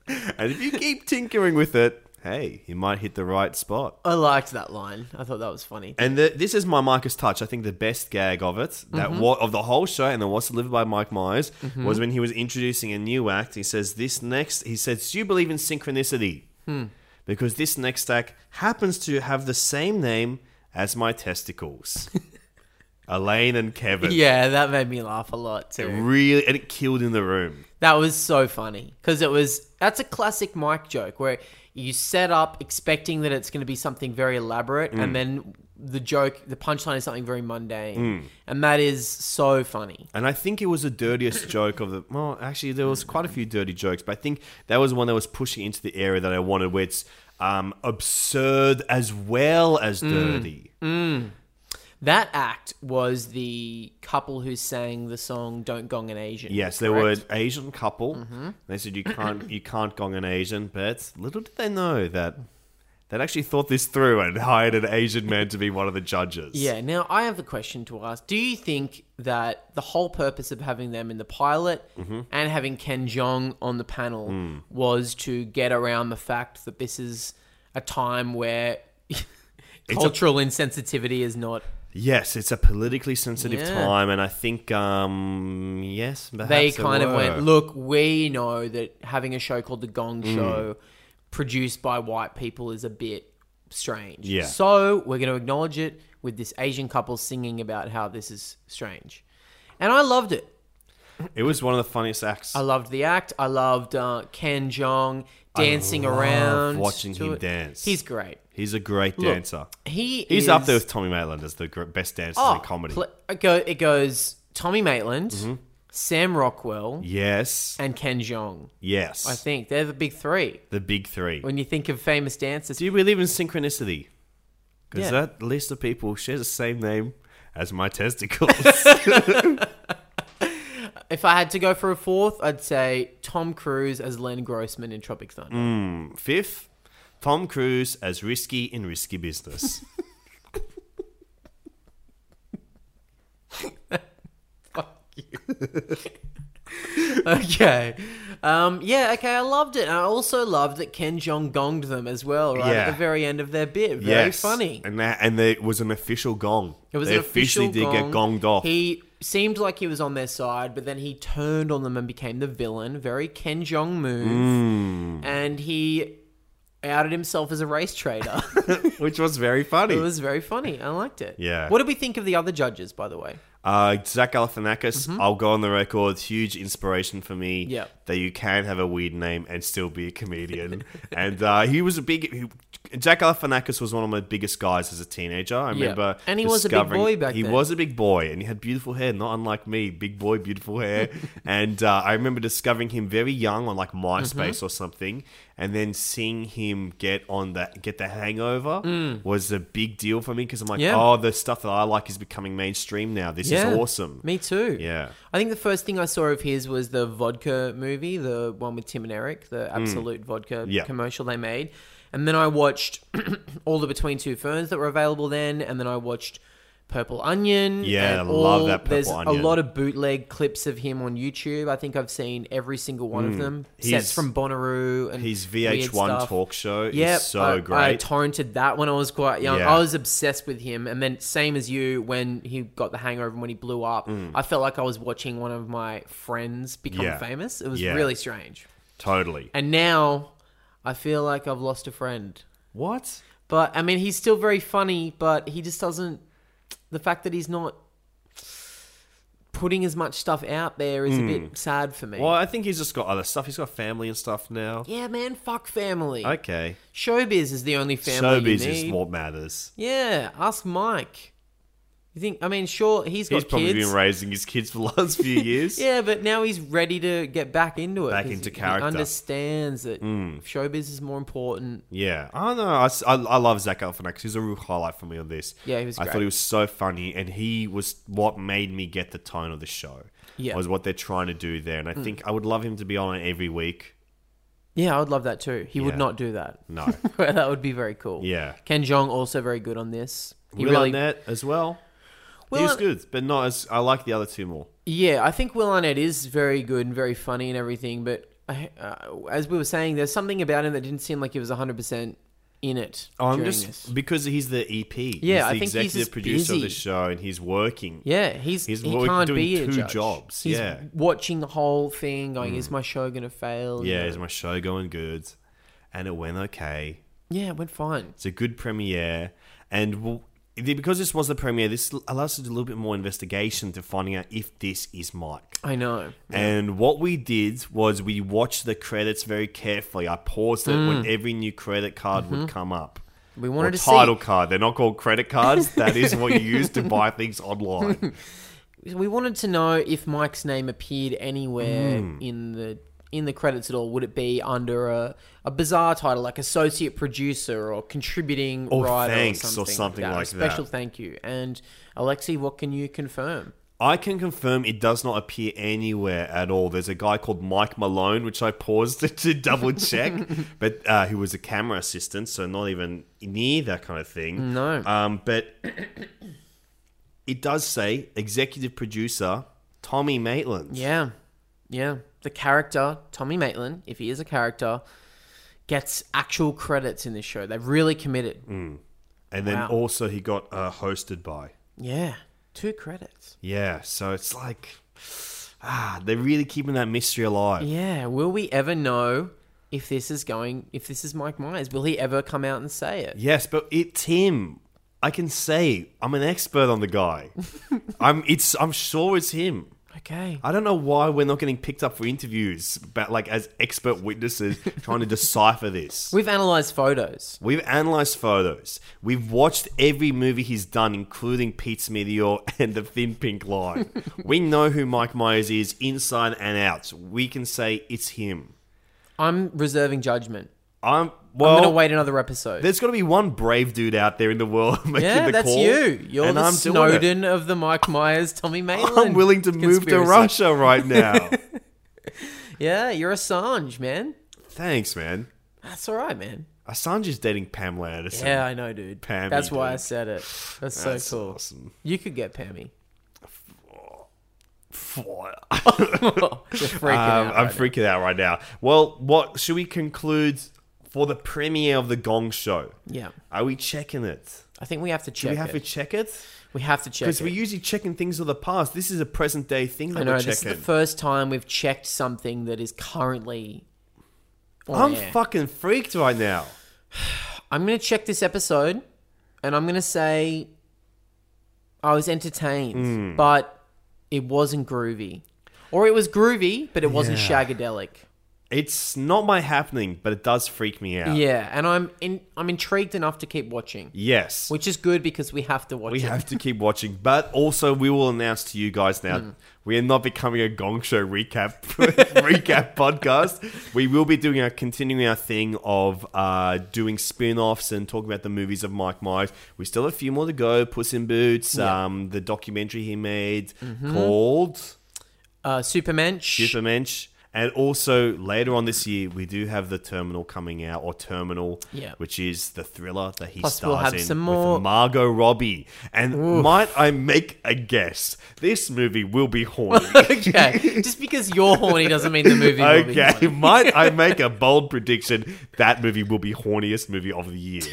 Speaker 2: And if you keep tinkering with it, hey, you might hit the right spot.
Speaker 1: I liked that line. I thought that was funny.
Speaker 2: And the, this is my Micah's touch. I think the best gag of it, that
Speaker 1: Mhm.
Speaker 2: wa- of the whole show, and the "What's Delivered" by Mike Myers,
Speaker 1: Mhm.
Speaker 2: was when he was introducing a new act. He says, "This next," he says, "Do you believe in synchronicity?"
Speaker 1: Hmm.
Speaker 2: Because this next act happens to have the same name as my testicles, Elaine and Kevin.
Speaker 1: Yeah, that made me laugh a lot
Speaker 2: it
Speaker 1: too.
Speaker 2: really and it killed in the room.
Speaker 1: That was so funny because it was that's a classic Mike joke where you set up expecting that it's going to be something very elaborate,
Speaker 2: Mm.
Speaker 1: and then the joke, the punchline is something very mundane,
Speaker 2: Mm.
Speaker 1: and that is so funny.
Speaker 2: And I think it was the dirtiest joke of the. Well, actually, there was quite a few dirty jokes, but I think that was one that was pushing into the area that I wanted, where it's um, absurd as well as
Speaker 1: Mm.
Speaker 2: dirty.
Speaker 1: Mm. That act was the couple who sang the song "Don't Gong an Asian."
Speaker 2: Yes, they were
Speaker 1: correct?
Speaker 2: an Asian couple.
Speaker 1: Mhm.
Speaker 2: They said you can't you can't gong an Asian, but little did they know that they actually thought this through and hired an Asian man to be one of the judges.
Speaker 1: Yeah, now I have a question to ask. Do you think that the whole purpose of having them in the pilot
Speaker 2: Mhm.
Speaker 1: and having Ken Jong on the panel
Speaker 2: Mm.
Speaker 1: was to get around the fact that this is a time where
Speaker 2: a-
Speaker 1: cultural insensitivity is not.
Speaker 2: Yes, it's a politically sensitive
Speaker 1: Yeah.
Speaker 2: time, and I think um yes, perhaps
Speaker 1: they
Speaker 2: it
Speaker 1: kind of
Speaker 2: were.
Speaker 1: went, look, we know that having a show called The Gong
Speaker 2: Mm.
Speaker 1: Show produced by white people is a bit strange.
Speaker 2: Yeah.
Speaker 1: So we're going to acknowledge it with this Asian couple singing about how this is strange. And I loved it.
Speaker 2: It was one of the funniest acts.
Speaker 1: I loved the act. I loved uh, Ken Jong dancing
Speaker 2: I love
Speaker 1: around,
Speaker 2: watching
Speaker 1: to
Speaker 2: him
Speaker 1: it.
Speaker 2: dance.
Speaker 1: He's great.
Speaker 2: He's a great
Speaker 1: Look,
Speaker 2: dancer.
Speaker 1: he
Speaker 2: he's up
Speaker 1: is- oh,
Speaker 2: there with Tommy Maitland as the gr- best dancers in comedy.
Speaker 1: pl- it, go, it goes Tommy Maitland,
Speaker 2: Mhm.
Speaker 1: Sam Rockwell,
Speaker 2: yes,
Speaker 1: and Ken Jong.
Speaker 2: Yes.
Speaker 1: I think they're the big three.
Speaker 2: the big three.
Speaker 1: When you think of famous dancers,
Speaker 2: do you believe in synchronicity? Because
Speaker 1: Yeah.
Speaker 2: that list of people shares the same name as my testicles.
Speaker 1: if I had to go for a fourth, I'd say Tom Cruise as Len Grossman in Tropic Thunder.
Speaker 2: mm, fifth, Tom Cruise as risky in risky business.
Speaker 1: okay. Um, yeah, okay, I loved it. And I also loved that Ken Jong gonged them as well, right?
Speaker 2: Yeah.
Speaker 1: At the very end of their bit. Very
Speaker 2: yes,
Speaker 1: funny.
Speaker 2: and that, and there was an official gong.
Speaker 1: It was
Speaker 2: they
Speaker 1: an official
Speaker 2: officially did get
Speaker 1: gong.
Speaker 2: gonged off.
Speaker 1: He seemed like he was on their side, but then he turned on them and became the villain. Very Ken Jong move.
Speaker 2: Mm.
Speaker 1: And he outed himself as a race trader.
Speaker 2: which was very funny.
Speaker 1: It was very funny. I liked it.
Speaker 2: Yeah.
Speaker 1: What did we think of the other judges, by the way?
Speaker 2: Uh, Zach Galifianakis,
Speaker 1: Mhm.
Speaker 2: I'll go on the record, huge inspiration for me
Speaker 1: Yeah.
Speaker 2: that you can have a weird name and still be a comedian. and uh, he was a big. He, Zach Galifianakis was one of my biggest guys as a teenager. I
Speaker 1: Yeah.
Speaker 2: remember,
Speaker 1: And he was a big
Speaker 2: discovering-
Speaker 1: boy back
Speaker 2: He
Speaker 1: then.
Speaker 2: was a big boy, and he had beautiful hair, not unlike me. Big boy, beautiful hair. and uh, I remember discovering him very young on like MySpace
Speaker 1: Mhm.
Speaker 2: or something, and then seeing him get on that get the Hangover
Speaker 1: Mm.
Speaker 2: was a big deal for me because I'm like,
Speaker 1: Yeah.
Speaker 2: oh, the stuff that I like is becoming mainstream now. This
Speaker 1: Yeah.
Speaker 2: is awesome.
Speaker 1: Me too.
Speaker 2: Yeah.
Speaker 1: I think the first thing I saw of his was the vodka movie, the one with Tim and Eric, the absolute vodka
Speaker 2: Hmm. Yeah.
Speaker 1: commercial they made. And then I watched all the Between Two Ferns that were available then, and then I watched Purple Onion.
Speaker 2: Yeah,
Speaker 1: and
Speaker 2: I love
Speaker 1: all-
Speaker 2: that Purple
Speaker 1: There's
Speaker 2: Onion.
Speaker 1: a lot of bootleg clips of him on YouTube. I think I've seen every single one of
Speaker 2: Mm.
Speaker 1: them.
Speaker 2: He's-
Speaker 1: Sets from Bonnaroo and
Speaker 2: his
Speaker 1: weird
Speaker 2: VH1
Speaker 1: stuff.
Speaker 2: talk show is
Speaker 1: Yep,
Speaker 2: so
Speaker 1: I- I
Speaker 2: great.
Speaker 1: torrented that when I was quite young.
Speaker 2: Yeah.
Speaker 1: I was obsessed with him, and then same as you, when he got the hangover and when he blew up,
Speaker 2: Mm.
Speaker 1: I felt like I was watching one of my friends become
Speaker 2: Yeah.
Speaker 1: famous. It was
Speaker 2: Yeah.
Speaker 1: really strange.
Speaker 2: Totally.
Speaker 1: And now, I feel like I've lost a friend.
Speaker 2: What?
Speaker 1: But I mean, he's still very funny, but he just doesn't. The fact that he's not putting as much stuff out there is
Speaker 2: Mm.
Speaker 1: a bit sad for me.
Speaker 2: Well, I think he's just got other stuff. He's got family and stuff now.
Speaker 1: Yeah, man, fuck family.
Speaker 2: Okay.
Speaker 1: Showbiz is the only family. you
Speaker 2: Showbiz is
Speaker 1: need.
Speaker 2: what matters.
Speaker 1: Yeah, ask Mike. You think? I mean, sure, he's
Speaker 2: He's,
Speaker 1: got
Speaker 2: probably
Speaker 1: kids.
Speaker 2: been raising his kids for the last few years.
Speaker 1: Yeah, but now he's ready to get back into it.
Speaker 2: Back
Speaker 1: 'cause
Speaker 2: into
Speaker 1: he
Speaker 2: character.
Speaker 1: understands that
Speaker 2: Mm.
Speaker 1: showbiz is more important.
Speaker 2: Yeah, I don't know. I, s- I- I love Zach Galifianakis. He's a real highlight for me on this.
Speaker 1: Yeah, he was
Speaker 2: I
Speaker 1: great.
Speaker 2: thought he was so funny, and he was what made me get the tone of the show.
Speaker 1: Yeah.
Speaker 2: was what they're trying to do there, and I
Speaker 1: Mm.
Speaker 2: think I would love him to be on it every week.
Speaker 1: Yeah, I would love that too. He
Speaker 2: Yeah.
Speaker 1: would not do that.
Speaker 2: No.
Speaker 1: that would be very cool.
Speaker 2: Yeah.
Speaker 1: Ken Jong also very good on this. He
Speaker 2: Will
Speaker 1: really,
Speaker 2: Arnett as well.
Speaker 1: Will
Speaker 2: he was
Speaker 1: Arn-
Speaker 2: good, but not as I like the other two more.
Speaker 1: yeah, I think Will Arnett is very good and very funny and everything. But I, uh, as we were saying, there's something about him that didn't seem like he was 100 percent in it.
Speaker 2: Oh, I'm
Speaker 1: during
Speaker 2: just
Speaker 1: this.
Speaker 2: because he's the EP.
Speaker 1: Yeah,
Speaker 2: he's the
Speaker 1: I think he's
Speaker 2: executive
Speaker 1: just
Speaker 2: producer of the
Speaker 1: busy.
Speaker 2: show, and he's working.
Speaker 1: Yeah, he's, he
Speaker 2: work-
Speaker 1: can't
Speaker 2: doing
Speaker 1: be a
Speaker 2: two
Speaker 1: judge.
Speaker 2: jobs.
Speaker 1: He's
Speaker 2: yeah,
Speaker 1: watching the whole thing, going,
Speaker 2: Mm.
Speaker 1: "Is my show gonna fail?" You
Speaker 2: yeah.
Speaker 1: know?
Speaker 2: Is my show going good? And it went okay.
Speaker 1: yeah, it went fine.
Speaker 2: It's a good premiere, and we'll, the- because this was the premiere, this l- allows us to do a little bit more investigation to finding out if this is Mike.
Speaker 1: I know.
Speaker 2: And what we did was we watched the credits very carefully. I paused it when
Speaker 1: Mm.
Speaker 2: every new credit card
Speaker 1: Mhm.
Speaker 2: would come up.
Speaker 1: We wanted
Speaker 2: or
Speaker 1: to see-
Speaker 2: title card. They're not called credit cards. That is what you use to buy things online.
Speaker 1: We wanted to know if Mike's name appeared anywhere
Speaker 2: Mm.
Speaker 1: in the in the credits at all. Would it be under a, a bizarre title like associate producer or contributing
Speaker 2: Or
Speaker 1: writer
Speaker 2: Oh, thanks or
Speaker 1: or something,
Speaker 2: something
Speaker 1: that.
Speaker 2: like
Speaker 1: Special
Speaker 2: that.
Speaker 1: thank you. And Alexi, what can you confirm?
Speaker 2: I can confirm it does not appear anywhere at all. There's a guy called Mike Malone, which I paused to, to double check, but uh, who was a camera assistant, so not even near that kind of thing.
Speaker 1: No.
Speaker 2: Um, but it does say executive producer Tommy Maitland.
Speaker 1: Yeah. Yeah. The character, Tommy Maitland, if he is a character, gets actual credits in this show. They've really committed.
Speaker 2: Mm. And then
Speaker 1: Wow.
Speaker 2: also he got uh, hosted by.
Speaker 1: Yeah. Two credits.
Speaker 2: Yeah, so it's like ah, they're really keeping that mystery alive.
Speaker 1: Yeah. Will we ever know if this is going, if this is Mike Myers? Will he ever come out and say it?
Speaker 2: Yes, but it's him. I can say I'm an expert on the guy. I'm it's I'm sure it's him.
Speaker 1: Okay.
Speaker 2: I don't know why we're not getting picked up for interviews, but like as expert witnesses trying to decipher this.
Speaker 1: We've analyzed photos.
Speaker 2: We've analyzed photos. We've watched every movie he's done, including Pete's Meteor and The Thin Pink Line. we know who Mike Myers is inside and out. We can say it's him.
Speaker 1: I'm reserving judgment.
Speaker 2: I'm well.
Speaker 1: I'm going to wait another episode.
Speaker 2: There's got to be one brave dude out there in the world making
Speaker 1: yeah,
Speaker 2: the
Speaker 1: that's
Speaker 2: call.
Speaker 1: you. You're
Speaker 2: and
Speaker 1: the
Speaker 2: I'm doing it.
Speaker 1: Snowden of the Mike Myers, Tommy Maitland.
Speaker 2: I'm willing to move to
Speaker 1: conspiracy.
Speaker 2: Russia right now.
Speaker 1: Yeah, you're Assange, man.
Speaker 2: Thanks, man.
Speaker 1: That's all right, man.
Speaker 2: Assange is dating Pamela Anderson.
Speaker 1: Yeah, I know, dude.
Speaker 2: Pammy,
Speaker 1: That's why I
Speaker 2: dude.
Speaker 1: said it. That's,
Speaker 2: That's
Speaker 1: so cool.
Speaker 2: awesome.
Speaker 1: You could get Pammy.
Speaker 2: Fire.
Speaker 1: freaking
Speaker 2: Um, I'm
Speaker 1: out right now.
Speaker 2: freaking out right now. Well, what should we conclude for the premiere of the Gong Show?
Speaker 1: Yeah.
Speaker 2: Are we checking it?
Speaker 1: I think we have to
Speaker 2: Do
Speaker 1: check.
Speaker 2: we have
Speaker 1: it.
Speaker 2: to check it?
Speaker 1: we have to check.
Speaker 2: Because
Speaker 1: It.
Speaker 2: we're usually checking things of the past. This is a present day thing that
Speaker 1: I know
Speaker 2: we're
Speaker 1: this is
Speaker 2: checking.
Speaker 1: the first time we've checked something that is currently. on
Speaker 2: I'm
Speaker 1: air.
Speaker 2: fucking freaked right now.
Speaker 1: I'm gonna check this episode, and I'm gonna say I was
Speaker 2: Hmm.
Speaker 1: entertained, but it wasn't groovy, or it was groovy, but it wasn't
Speaker 2: Yeah.
Speaker 1: shagadelic.
Speaker 2: It's not my happening, but it does freak me
Speaker 1: Yeah,
Speaker 2: out.
Speaker 1: and I'm in, I'm intrigued enough to keep watching,
Speaker 2: Yes.
Speaker 1: which is good because we have to watch.
Speaker 2: We
Speaker 1: it.
Speaker 2: have to keep watching, but also we will announce to you guys now we are not becoming a Gong Show recap recap podcast. We will be doing our continuing our thing of uh, doing spin offs and talking about the movies of Mike Myers. We still have a few more to go. Puss in Boots,
Speaker 1: Yeah.
Speaker 2: um, the documentary he made called
Speaker 1: uh, Supermensch.
Speaker 2: Supermensch. And also later on this year, we do have the Terminal coming out, or Terminal,
Speaker 1: Yeah.
Speaker 2: which is the thriller that he
Speaker 1: Plus,
Speaker 2: stars
Speaker 1: we'll have
Speaker 2: in
Speaker 1: some more-
Speaker 2: with Margot Robbie. And might I make a guess? This movie will be horny.
Speaker 1: okay, just because you're horny doesn't mean the movie. Will be
Speaker 2: okay,
Speaker 1: horny.
Speaker 2: might I make a bold prediction? That movie will be horniest movie of the year.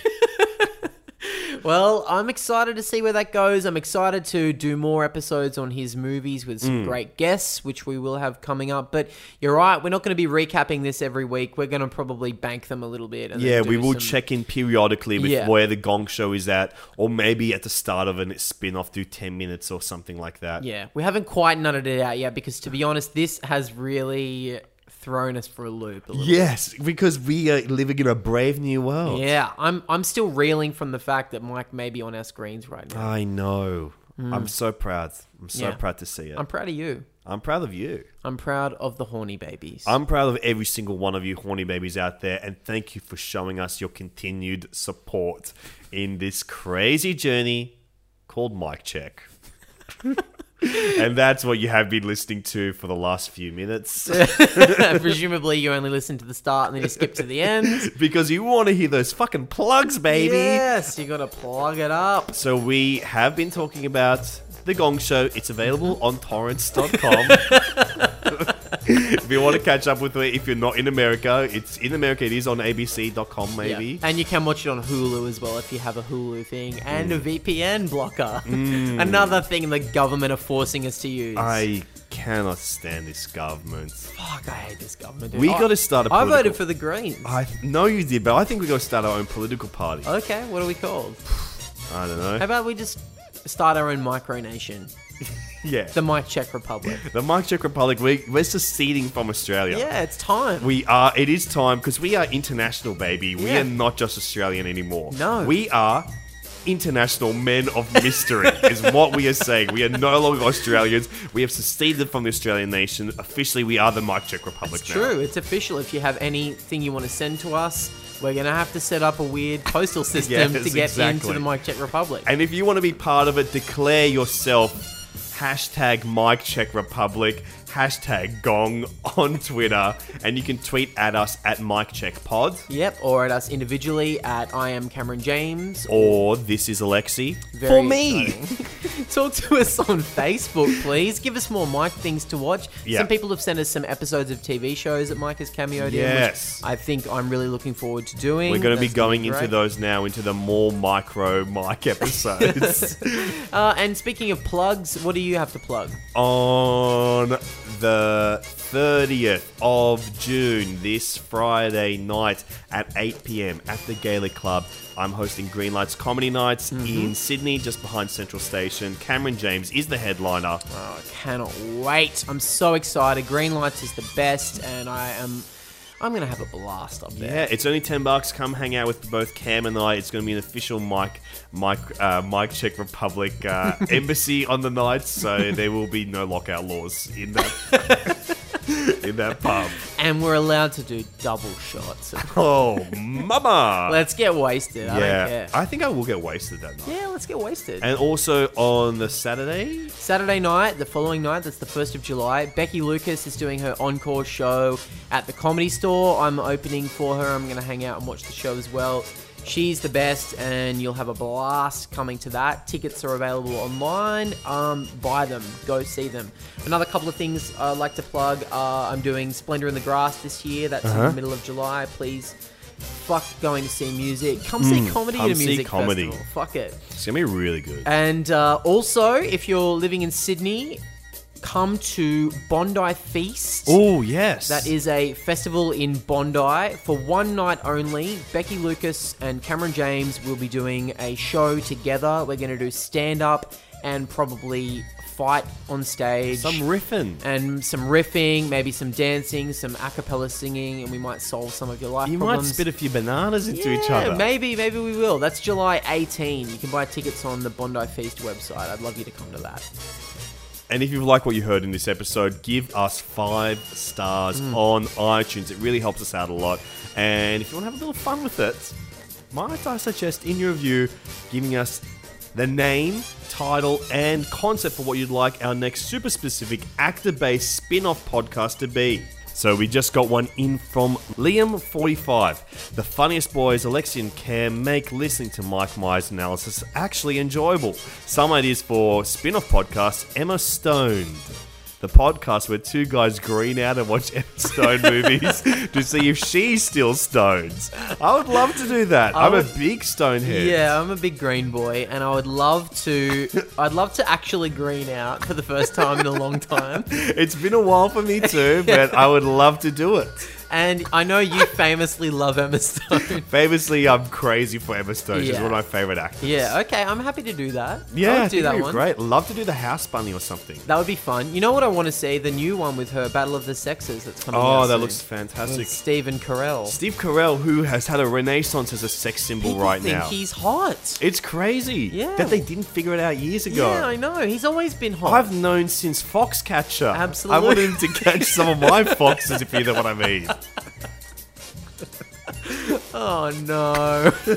Speaker 1: Well, I'm excited to see where that goes. I'm excited to do more episodes on his movies with
Speaker 2: Hmm.
Speaker 1: some great guests, which we will have coming up. But you're right, we're not going to be recapping this every week. We're going to probably bank them a little bit. And then
Speaker 2: yeah,
Speaker 1: do
Speaker 2: we will
Speaker 1: some-
Speaker 2: check in periodically with
Speaker 1: Yeah.
Speaker 2: where the Gong Show is at, or maybe at the start of a spin off, do 10 minutes or something like that.
Speaker 1: Yeah, we haven't quite nutted it out yet because, to be honest, this has really thrown us for a loop. A little
Speaker 2: Yes, because we are living in a brave new world.
Speaker 1: bit. Yeah, I'm I'm still reeling from the fact that Mike may be on our screens right now.
Speaker 2: I know. I'm so proud. I'm so
Speaker 1: Mm. Yeah.
Speaker 2: proud to see it.
Speaker 1: I'm
Speaker 2: I'm,
Speaker 1: proud of you.
Speaker 2: proud of you.
Speaker 1: I'm proud of the horny babies.
Speaker 2: I'm proud of every single one of you horny babies out there, and thank you for showing us your continued support in this crazy journey called Mic Check. and that's what you have been listening to for the last few minutes.
Speaker 1: Presumably, you only listen to the start and then you skip to the end.
Speaker 2: because you want to hear those fucking plugs, baby.
Speaker 1: Yes, you gotta plug it up.
Speaker 2: So we have been talking about The Gong Show. It's available on torrents.com. if you want to catch up with it, if you're not in America, it's in America. It is on abc.com, maybe.
Speaker 1: Yeah. And you can watch it on Hulu as well if you have a Hulu thing and a VPN blocker. Another thing the government are forcing us to use.
Speaker 2: Mm. I cannot stand this government.
Speaker 1: Fuck, I hate this government. Dude.
Speaker 2: We
Speaker 1: I-
Speaker 2: got to start a
Speaker 1: I
Speaker 2: political...
Speaker 1: voted for the Greens.
Speaker 2: I know you did, but I think we got to start our own political party.
Speaker 1: Okay, what are we called?
Speaker 2: I don't know.
Speaker 1: How about we just start our own micronation?
Speaker 2: yeah.
Speaker 1: The
Speaker 2: The,
Speaker 1: Mike Czech Republic.
Speaker 2: Mike Czech Republic, we, we're seceding from Australia.
Speaker 1: Yeah, it's time.
Speaker 2: We are. It is time because we are international, baby. We
Speaker 1: Yeah.
Speaker 2: are not just Australian anymore.
Speaker 1: No.
Speaker 2: we are international men of mystery. is what we are saying. We are no longer Australians. We have seceded from the Australian nation. Officially, we are the Mike Czech Republic now.
Speaker 1: It's true. It's official. If you have anything you want to send to us, we're gonna have to set up a weird postal system
Speaker 2: Yes,
Speaker 1: to get into
Speaker 2: exactly.
Speaker 1: the Mike Czech Republic.
Speaker 2: And if you want to be part of it, declare yourself. Hashtag Mike Czech Republic, hashtag Gong on Twitter, and you can tweet at us at Mike Czech Pod
Speaker 1: Yep, or at us individually at I am Cameron James.
Speaker 2: or This is Alexi
Speaker 1: Very
Speaker 2: for me.
Speaker 1: exciting. Talk to us on Facebook, please. Give us more Mike things to watch.
Speaker 2: Yeah.
Speaker 1: Some people have sent us some episodes of TV shows that Mike has cameoed in.
Speaker 2: Yes.
Speaker 1: Which I think I'm really looking forward to doing.
Speaker 2: We're going to be
Speaker 1: That's gonna
Speaker 2: going into
Speaker 1: great.
Speaker 2: those now, into the more micro mic episodes
Speaker 1: Uh, and speaking of plugs, what do you have to plug?
Speaker 2: on the 30th of June, this Friday night at 8 p.m. at the Gaelic Club. I'm hosting Green Lights Comedy Nights
Speaker 1: Mm-hmm.
Speaker 2: in Sydney, just behind Central Station. Cameron James is the headliner.
Speaker 1: I cannot wait. I'm so excited. Green Lights is the best, and I am. I'm gonna have a blast up there.
Speaker 2: Yeah, it's only ten bucks. Come hang out with both Cam and I. It's going to be an official Mike, Mike, uh, Mike Czech Republic uh, embassy on the night, so there will be no lockout laws in that. in that pub.
Speaker 1: And we're allowed to do double shots.
Speaker 2: Oh, mama.
Speaker 1: Let's get wasted. I don't
Speaker 2: yeah,
Speaker 1: care.
Speaker 2: I think I will get wasted that night.
Speaker 1: Yeah, let's get wasted.
Speaker 2: And also on the Saturday,
Speaker 1: Saturday night, the following night, that's the 1st of July, Becky Lucas is doing her encore show at the comedy store. I'm opening for her. I'm going to hang out and watch the show as well. She's the best, and you'll have a blast coming to that. Tickets are available online. Um, buy them, go see them. Another couple of things I'd like to plug uh, I'm doing Splendor in the Grass this year. That's in
Speaker 2: Uh-huh.
Speaker 1: the middle of July. Please fuck going to see music. Come see
Speaker 2: Mm,
Speaker 1: comedy
Speaker 2: come
Speaker 1: at a
Speaker 2: see
Speaker 1: music
Speaker 2: comedy.
Speaker 1: festival. Fuck it.
Speaker 2: it's gonna be really good.
Speaker 1: And uh, also, if you're living in Sydney, come to Bondi Feast.
Speaker 2: Oh yes,
Speaker 1: That is a festival in Bondi for one night only. Becky Lucas and Cameron James will be doing a show together. We're going to do stand up and probably fight on stage.
Speaker 2: Some riffing.
Speaker 1: And some riffing, maybe some dancing, some a cappella singing, and we might solve some of your life
Speaker 2: You might
Speaker 1: problems.
Speaker 2: spit a few bananas into each
Speaker 1: Yeah,
Speaker 2: other.
Speaker 1: Maybe, maybe we will. That's July 18. You can buy tickets on the Bondi Feast website. I'd love you to come to that.
Speaker 2: And if you like what you heard in this episode, give us five stars
Speaker 1: Mm.
Speaker 2: on iTunes. It really helps us out a lot. And if you want to have a little fun with it, might I suggest in your review giving us the name, title, and concept for what you'd like our next super specific actor based spin off podcast to be. So we just got one in from Liam45. The funniest boys, Alexi and Cam, make listening to Mike Myers' analysis actually enjoyable. Some ideas for spin off podcasts Emma Stoned. The podcast where two guys green out and watch Emma Stone movies to see if she still stones. I would love to do that.
Speaker 1: I
Speaker 2: I'm
Speaker 1: would-
Speaker 2: a big stone head.
Speaker 1: Yeah, I'm a big green boy, and I would love to. I'd love to actually green out for the first time in a long time.
Speaker 2: It's been a while for me too, but I would love to do it.
Speaker 1: And I know you famously love Emma Stone.
Speaker 2: Famously, I'm crazy for Emma Stone. She's
Speaker 1: Yeah.
Speaker 2: one of my favorite actors.
Speaker 1: Yeah, okay, I'm happy to do that.
Speaker 2: Yeah,
Speaker 1: I
Speaker 2: I
Speaker 1: would do
Speaker 2: think
Speaker 1: that
Speaker 2: it'd be
Speaker 1: one.
Speaker 2: Great. Love to do the house bunny or something.
Speaker 1: That would be fun. You know what I want to see? The new one with her, Battle of the Sexes, that's coming out.
Speaker 2: Oh, that
Speaker 1: soon.
Speaker 2: looks fantastic.
Speaker 1: With Stephen Carell.
Speaker 2: Steve Carell, who has had a renaissance as a sex symbol
Speaker 1: People
Speaker 2: right
Speaker 1: think
Speaker 2: now.
Speaker 1: he's hot.
Speaker 2: It's crazy
Speaker 1: Yeah.
Speaker 2: that they didn't figure it out years ago.
Speaker 1: Yeah, I know. He's always been hot.
Speaker 2: I've known since Foxcatcher.
Speaker 1: Absolutely.
Speaker 2: I want him to catch some of my foxes, if you know what I mean.
Speaker 1: Oh no.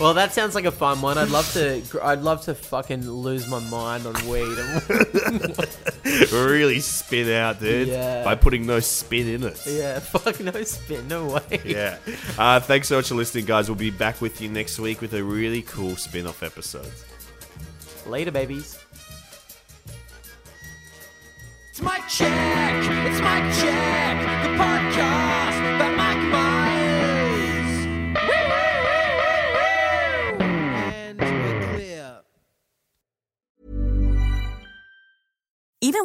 Speaker 1: well, that sounds like a fun one. I'd love to. I'd love to fucking lose my mind on weed. And
Speaker 2: really spit out, dude.
Speaker 1: Yeah.
Speaker 2: By putting no spit in it.
Speaker 1: yeah, fuck no spin, no way.
Speaker 2: Yeah. Uh, thanks so much for listening, guys. We'll be back with you next week with a really cool spin off episode.
Speaker 1: Later, babies.
Speaker 6: It's my check. It's my check. The podcast by Mike Myers.
Speaker 7: Even